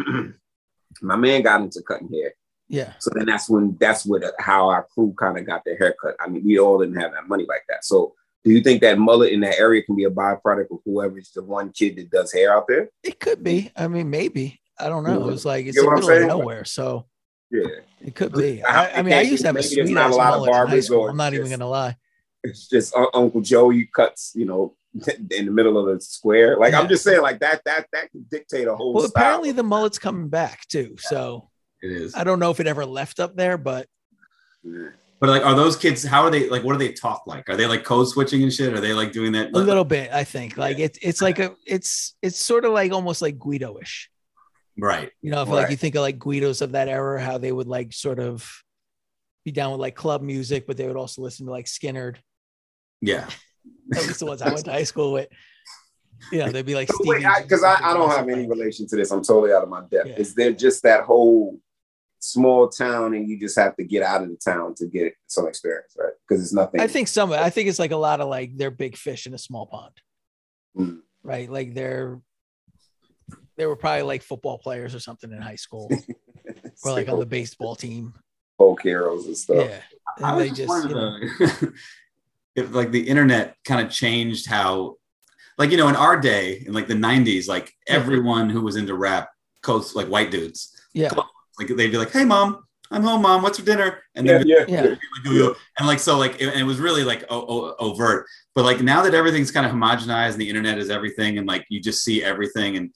C: my man got into cutting hair,
B: yeah.
C: so then that's when that's what how our crew kind of got their haircut. I mean, we all didn't have that money like that. So, do you think that mullet in that area can be a byproduct of whoever's the one kid that does hair out there?
B: It could be. I mean, maybe. I don't know. It
C: Yeah.
B: was like it's
C: You
B: in
C: know
B: the
C: what I'm
B: middle of
C: saying?
B: nowhere, so
C: Yeah,
B: it could be.
C: I-
B: I, I mean, I used to have a
C: maybe there's
B: sweet
C: not
B: ass
C: a lot of
B: mullet in high
C: barbers
B: school.
C: or
B: I'm not even
C: just-
B: gonna lie.
C: it's just Un- Uncle Joey cuts, you know, in the middle of the square. Like
B: Yeah.
C: I'm just saying, like that that that can dictate a whole.
B: Well,
C: style.
B: apparently the mullet's coming back too. So
D: It is.
B: I don't know if it ever left up there, but
F: Yeah.
D: But like, are those kids? How are they? Like, what do they talk like? Are they like code switching and shit? Are they like doing that?
B: a little bit, I think. Like it's it's like a it's it's sort of like almost like Guido-ish.
D: Right.
B: You know, if like
F: Right.
B: you think of like Guidos of that era, how they would like sort of be down with like club music, but they would also listen to like Skinnerd.
D: Yeah.
B: At least the ones I went to high school with. You know, they'd be like Stevie.
F: Because I, I, don't have any
B: Like,
F: relation to this. I'm totally out of my depth.
B: Yeah.
F: Is there just that whole small town and you just have to get out of the town to get some experience, right? Because it's nothing.
B: I think some. I think it's like a lot of like they're big fish in a small pond,
F: Mm.
B: right? Like they're they were probably like football players or something in high school,
F: it's
B: or like on the baseball team.
F: folk heroes and stuff.
B: Yeah,
D: I
B: and
D: was
B: they
D: just
B: just
D: wondering
B: you know,
D: though, if like the internet kind of changed how, like you know, in our day in like the '90s, like
B: Yeah.
D: everyone who was into rap, coast like white dudes,
B: yeah,
D: like they'd be like, "Hey, mom, I'm home, mom. What's for dinner?" And
F: Yeah,
D: then
F: yeah,
B: yeah.
D: and like so like it, and it was really like o- o- overt. But like now that everything's kind of homogenized and the internet is everything, and like you just see everything, and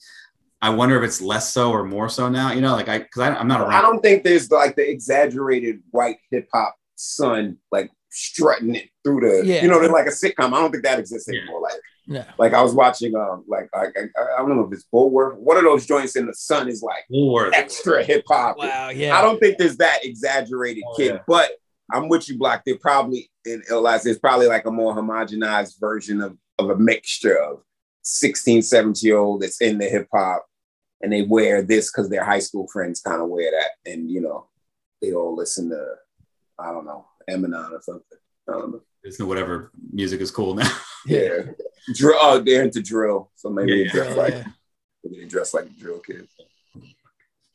D: I wonder if it's less so or more so now. You know, like I because I'm not
F: I
D: around.
F: don't think there's like the exaggerated white hip hop son like strutting it through the
B: Yeah.
F: you know they're like a sitcom. I don't think that exists
D: Yeah.
F: anymore. Like
B: no,
F: like I was watching um like I, I, I don't know if it's Bullworth. One of those joints in the sun is like
D: Woolworth.
F: extra hip hop.
B: wow, yeah.
F: I don't think there's that exaggerated
D: Oh,
F: kid,
D: yeah.
F: but I'm with you, Block. They're probably in Elias, there's probably like a more homogenized version of, of a mixture of 16, 17 year old that's in the hip hop and they wear this because their high school friends kind of wear that. And, you know, they all listen to, I don't know, Eminem or something. I don't know.
D: It's whatever music is cool now.
F: Yeah. Drill, oh, they're into drill. So maybe
D: Yeah,
F: they
D: yeah.
F: dress
B: Yeah,
F: like
B: yeah.
F: maybe they dress like drill kids.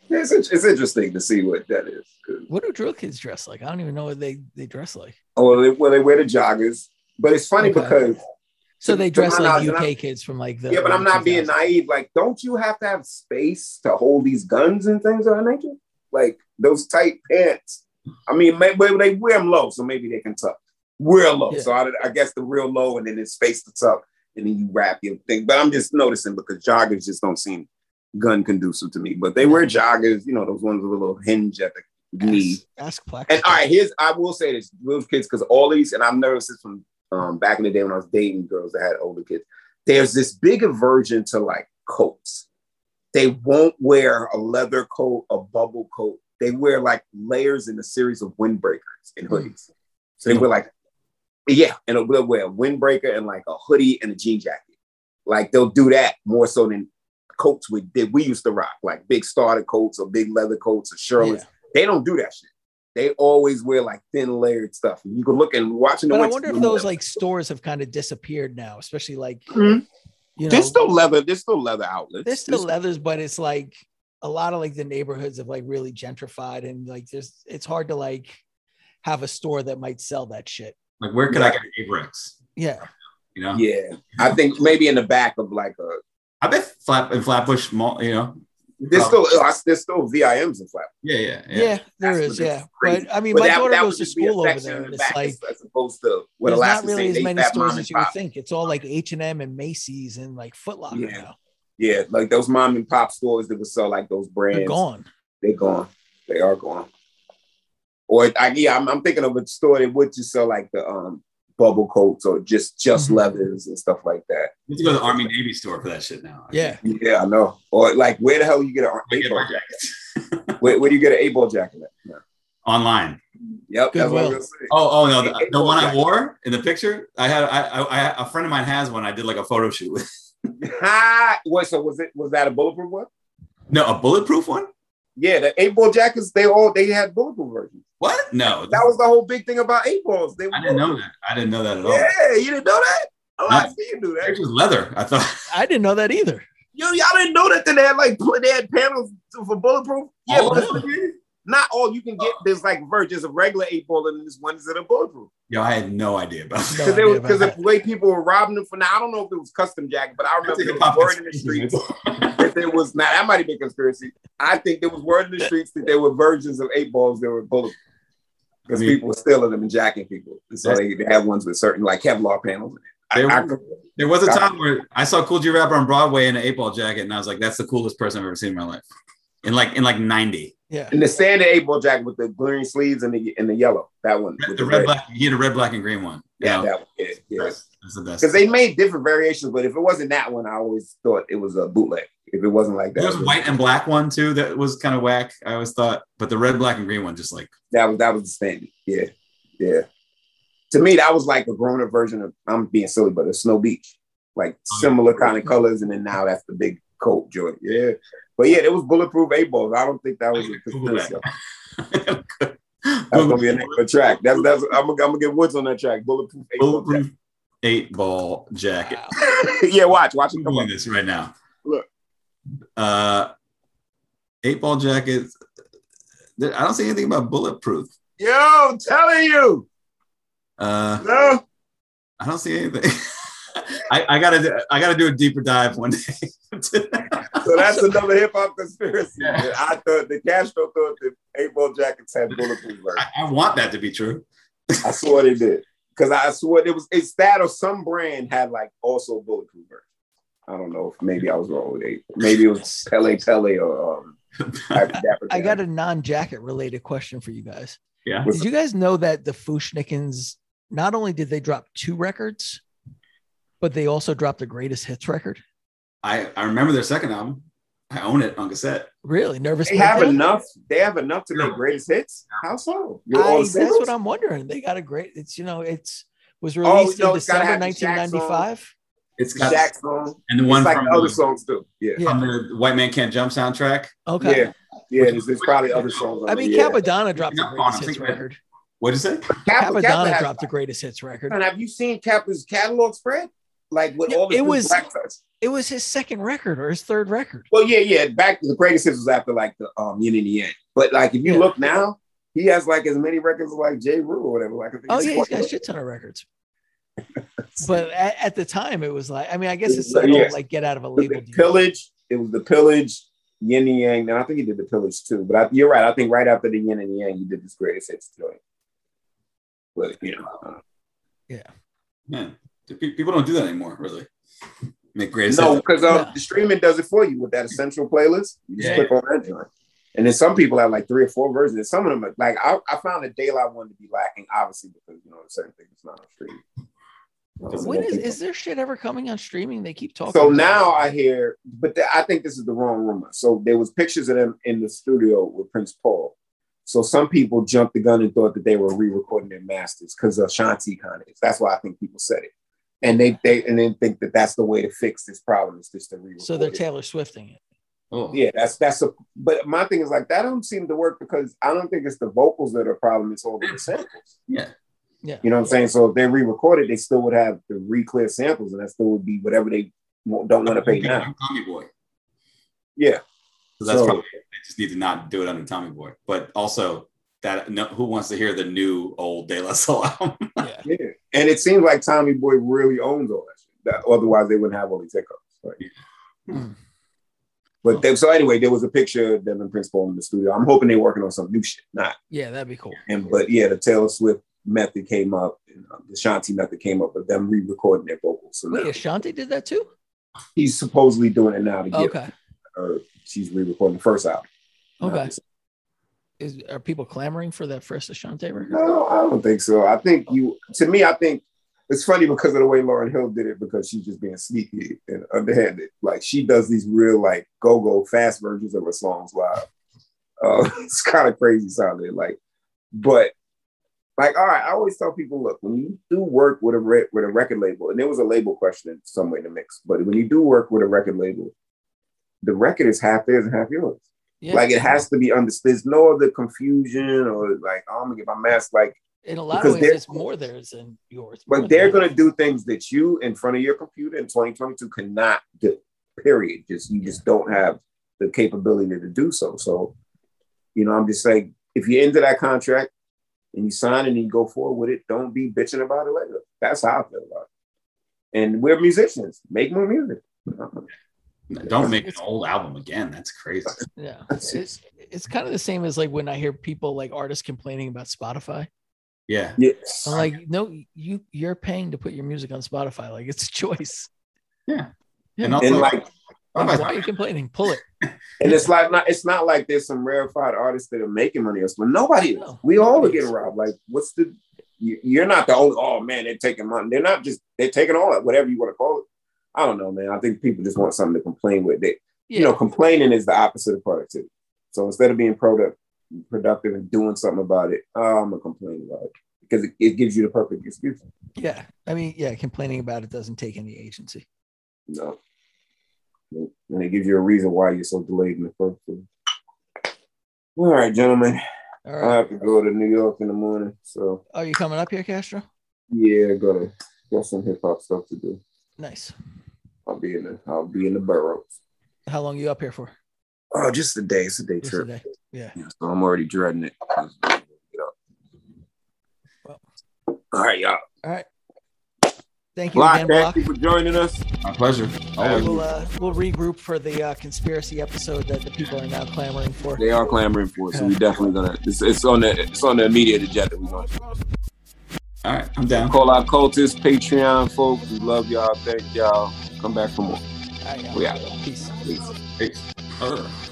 F: Yeah, It's, it's interesting to see what that is. 'cause-
B: What do drill kids dress like? I don't even know what they they dress like.
F: Oh, well, they, well, they wear the joggers, but it's funny
B: Okay.
F: because
B: So
F: To-
B: they
F: to
B: dress
F: my
B: like
F: knowledge, and
B: UK
F: I'm-
B: kids from like the
F: yeah, but I'm
B: early
F: not being
B: 2000s.
F: naive. Like, don't you have to have space to hold these guns and things of that nature? Like those tight pants. I mean, maybe they wear them low, so maybe they can tuck. Wear low,
B: Yeah.
F: so I, I guess the real low, and then it's space to tuck, and then you wrap your thing. But I'm just noticing because joggers just don't seem gun conducive to me. But they wear joggers, you know, those ones with a little hinge at the knee.
B: Ask, ask Plex.
F: And all right, here's I will say this, little kids, because all these, and I've noticed this from um, back in the day when I was dating girls that had older kids. There's this big aversion to like coats. They won't wear a leather coat, a bubble coat. They wear like layers in a series of windbreakers and hoodies. So they wear like, yeah, and they'll wear a windbreaker and like a hoodie and a jean jacket. Like they'll do that more so than coats we did. We used to rock like big starter coats or big leather coats or shirtless. They don't do that shit. They always wear like thin layered stuff. You can look and watching the.
B: But I
F: winter-
B: wonder if those like stores have kind of disappeared now, especially like
F: Mhm.
B: you know
F: there's still leather. There's still leather outlets.
B: there's still leathers, but it's like a lot of like the neighborhoods have like really gentrified and like there's it's hard to like have a store that might sell that shit.
D: Like, where could I get Abrams?
B: Yeah.
D: You know,
F: Yeah, I think maybe in the back of like a.
D: I bet Flap and Flatbush Mall. You know,
F: There's still uh, there's still VIMs in Flap,
D: yeah, yeah,
B: Yeah, there
F: That's
B: is.
F: what it's
B: Yeah.
F: crazy.
B: But I mean
F: But
B: my
F: that-
B: daughter
F: that
B: goes
F: would
B: to
F: just be a
B: school over
F: section in
B: there
F: the
B: and it's
F: back
B: like
F: as, as opposed to what
B: there's
F: Alaska's
B: not really
F: saying,
B: as
F: they
B: many
F: fat mom
B: stores
F: and
B: as you would
F: pop.
B: think. It's all like H and M and Macy's and like Foot Locker
F: Yeah.
B: now.
F: Yeah, like those mom and pop stores that would sell like those brands.
B: They're gone.
F: They're gone. They are gone. Or I, yeah, I'm, I'm thinking of a store that would just sell like the um bubble coats or just just
B: Mhm.
F: leathers and stuff like that.
D: You have to go to the Army Navy store for that shit now.
B: Yeah.
F: Yeah, I know. Or like, where the hell you get an
D: I
F: eight
D: get
F: ball
D: my
F: jacket?
D: jackets
F: Where, where do you get an eight ball jacket at? No.
D: online.
F: Yep, that's what
B: Goodwill.
F: I'm gonna say.
D: Oh, oh no, the, the one I wore in the picture. I had I, I, I a friend of mine has one. I did like a photo shoot with.
F: Ha! What? So was it? Was that a bulletproof one?
D: No, a bulletproof one.
F: Yeah, the eight ball jackets. They all they had bulletproof versions.
D: What? No,
F: That was the whole big thing about eight balls. They
D: I didn't know that. I didn't know that at all.
F: Yeah, you didn't know that. A lot
D: No.
F: of you knew
D: It
F: that.
D: was leather. I thought.
B: I didn't know that either.
F: Yo, y'all didn't know that they had like pl- they had panels for bulletproof. Yeah,
D: Oh,
F: but it's-
D: really?
F: not all you can get. There's like versions of regular eight ball, and there's ones that are bulletproof.
D: Yo, I had no idea about that.
B: No
F: Because
B: idea about
F: because the
B: that.
F: way people were robbing them for now, I don't know if it was custom jacket, but I remember there was word in the streets that there was not. That might have been conspiracy. I think there was word in the streets that there were versions of eight balls that were bulletproof. Because
D: I mean-
F: people were stealing them and jacking people. And so they, they had ones with certain like Kevlar panels. I,
D: They were-
F: I could-
D: There was a time where I saw Cool G Rapper on Broadway in an eight ball jacket, and I was like, "That's the coolest person I've ever seen in my life." in like in like ninety.
B: Yeah.
C: And the standard eight ball jacket with the green sleeves and the and the yellow. That one.
D: The,
C: with
D: red, black, you had a red, black, and green one.
C: Yeah,
D: You know,
C: that one. Yeah, yeah.
D: that's the best.
C: Because they made different variations, but if it wasn't that one, I always thought it was a bootleg. If it wasn't like that,
D: There was a white and black one too that was kind of whack. I always thought, but the red, black, and green one just like
C: that was that was the standard. Yeah, yeah. To me, that was like a grown up version of I'm being silly, but a Snow Beach, like similar kind of colors, and then now that's the big coat joint. Yeah, but yeah, it was bulletproof eight balls. I don't think that was a
D: Google that.
C: conspiracy. That's gonna be a name of a track. That's that's uh, I'm, gonna- I'm gonna get Woods on that track. Bulletproof eight ball. Jack.
D: bulletproof eight ball jacket.
B: Wow.
C: yeah, watch, watch
D: I'm
C: it come
D: Googling
C: on.
D: this right now.
C: Look.
D: Uh, eight ball jackets. There- I don't see anything about bulletproof.
C: Yo, I'm telling you,
D: Uh,
C: no.
D: I don't see anything. I, I gotta do, I gotta do a deeper dive one day.
C: So that's another hip hop conspiracy. I thought the Castro thought the eight ball jackets had bulletproof versions.
D: I, I want that to be true.
C: I swear they did. Because I swear it was it's that or some brand had like also bulletproof version. I don't know if maybe I was wrong with eight. Maybe it was Pele Pele or um Dapper Dapper
B: I
C: Dapper.
B: got a non-jacket related question for you guys.
D: Yeah.
B: Did you guys know that the Fushnikins not only did they drop two records, but they also dropped the greatest hits record?
D: I, I remember their second album. I own it on cassette.
B: Really? Nervous?
C: they have
B: Breakdown?
C: enough. They have enough to make
D: No.
C: greatest hits. How so? You're
B: I,
C: all
B: that's
C: singles?
B: what I'm wondering. They got a great. It's you know, it's was
C: Oh,
B: released
C: no,
B: in
C: it's gotta
B: December
C: have the Shaq song.
B: 1995.
D: It's got
C: Shaq song.
D: and the
C: It's
D: one
C: like
D: from,
C: the other
D: the,
C: songs too. Yeah,
B: Yeah.
D: from the White Man Can't Jump soundtrack.
B: Okay.
C: yeah, yeah. There's, there's probably other songs. on
B: I
C: there,
B: mean,
C: yeah.
B: Capadonna dropped the
D: Not on,
B: greatest
D: I'm
B: hits
D: thinking about-
B: record.
D: What'd you say?
C: Kappa- Kappa
B: Capadonna
C: has-
B: dropped the greatest hits record.
C: And have you seen Kappa's catalog spread? Like with
B: Yeah,
C: all the
B: it was-
C: black touch.
B: It was his second record or his third record.
C: Well, yeah, yeah. Back the greatest hits was after like the um yin and yang. But like if you
B: Yeah.
C: look now, he has like as many records as like Jay Rue or whatever. Like I think
B: Oh
C: it's
B: yeah, he's
C: quite-
B: got a shit ton of records. But at, at the time, it was like I mean, I guess it's
C: Yeah.
B: that old, like get out of a
C: It was
B: label.
C: the
B: deal.
C: pillage. It was the pillage, yin and yang. And I think he did the pillage too. But I, you're right. I think right after the yin and yang, he did this greatest hits joint. But you know, I
D: Man, do pe- people don't do that anymore, really. Make great
C: don't know. no, because um,
B: Yeah.
C: the streaming does it for you with that essential playlist. You just
D: Yeah.
C: click on that joint. And then some people have like three or four versions. And Some of them, are, like I, I found the daylight one to be lacking, obviously, because you know certain things not on stream.
B: When is is their shit ever coming on streaming? They keep talking.
C: So
B: about
C: now
B: it.
C: I hear, but th- I think this is the wrong rumor. So there was pictures of them in the studio with Prince Paul. So some people jumped the gun and thought that they were re-recording their masters because Ashanti kind of is. That's why I think people said it, and they they and then think that that's the way to fix this problem is just to re-record.
B: So they're
C: it.
B: Taylor Swifting it.
D: oh,
C: yeah, that's that's a. But my thing is like that don't seem to work because I don't think it's the vocals that are the problem. It's all the samples.
D: Yeah.
B: Yeah.
C: You know what I'm saying? So if they re-recorded, they still would have the re-clear samples, and that still would be whatever they wa- don't want to pay now.
D: I'm Tommy Boy.
C: Yeah.
D: So that's
C: So-
D: probably they just need to not do it under Tommy Boy. But also that no, who wants to hear the new old De La Soul album?
B: Yeah.
C: Yeah, and it seems like Tommy Boy really owns all that shit. That- otherwise, they wouldn't have all these hiccups. Like,
B: Hmm.
C: But they, so anyway, there was a picture of them and Prince Paul in the studio. I'm hoping they're working on some new shit. Not
B: Yeah, that'd be cool.
C: and but yeah, the Taylor Swift method came up, and um, the Shanti method came up, but them re-recording their vocals. So now
B: Wait, Ashanti did that too?
C: he's supposedly doing it now to get
B: Okay.
C: her. She's re-recording the first album.
B: Okay. Is, are people clamoring for that first Ashanti record?
C: No, Oh, I don't think so. I think you. To me, I think it's funny because of the way Lauren Hill did it because she's just being sneaky and underhanded. Like she does these real like go go fast versions of her songs live. Uh, it's kind of crazy sounding like, but like all right. I always tell people, look, when you do work with a re- with a record label, and there was a label question in some way in the mix, but when you do work with a record label, the record is half theirs and half yours.
B: Yeah.
C: Like it has to be understood. There's no other confusion or like oh, I'm gonna get my mask. Like,
B: In a lot of
C: because
B: ways,
C: they're-
B: it's more theirs than yours.
C: but they're gonna do things that you in front of your computer in 2022 cannot do. Period. Just you just don't have the capability to do so. So, you know, I'm just saying, if you into that contract and you sign it and you go forward with it, don't be bitching about it later. That's how I feel about it. And we're musicians. Make more music.
D: Don't make an old album again. That's crazy.
B: Yeah. It's, it's kind of the same as like when I hear people like artists complaining about Spotify.
D: Yeah.
C: Yes.
B: I'm like, no, you you're paying to put your music on Spotify. Like it's a choice.
D: Yeah.
B: Yeah.
D: And also
C: And like
D: Spotify's
C: Oh
B: Why are you complaining? Pull it.
C: And it's like not it's not like there's some rarefied artists that are making money else, but nobody is.
B: No.
C: We all are getting robbed. Like, what's the you- you're not the only oh man, they're taking money. They're not just they're taking all that, whatever you want to call it. I don't know, man. I think people just want something to complain with. They,
B: Yeah.
C: You know, complaining is the opposite of productivity. So instead of being product productive and doing something about it, I'm gonna complain about it because it, it gives you the perfect excuse.
B: yeah. I mean, yeah, complaining about it doesn't take any agency.
C: No. And it gives you a reason why you're so delayed in the first place. All right, gentlemen.
B: All
C: I
B: right.
C: have to go to New York in the morning. So
B: Are you coming up here, Castro?
C: yeah, got to got some hip hop stuff to do.
B: Nice.
C: I'll be in the I'll be in the boroughs.
B: How long you up here for?
C: Oh, just a day. It's a day
B: Just
C: trip.
B: today? Yeah.
C: Yeah, so I'm already dreading it. You know.
B: Well.
C: All right, y'all.
B: All right. Thank you
C: Block,
B: again, Block.
C: thank you for joining us.
D: My pleasure. Always.
B: We'll, uh, we'll regroup for the uh, conspiracy episode that the people are now clamoring for.
C: They are clamoring for it, so we definitely gonna. It's, it's on the it's on the immediate agenda. We're gonna
D: All right, I'm down.
C: Call out cultists, Patreon folks. We love y'all. Thank y'all. Come back for more.
B: All right, y'all.
C: We out.
B: Peace.
C: Peace.
D: Peace. Urgh.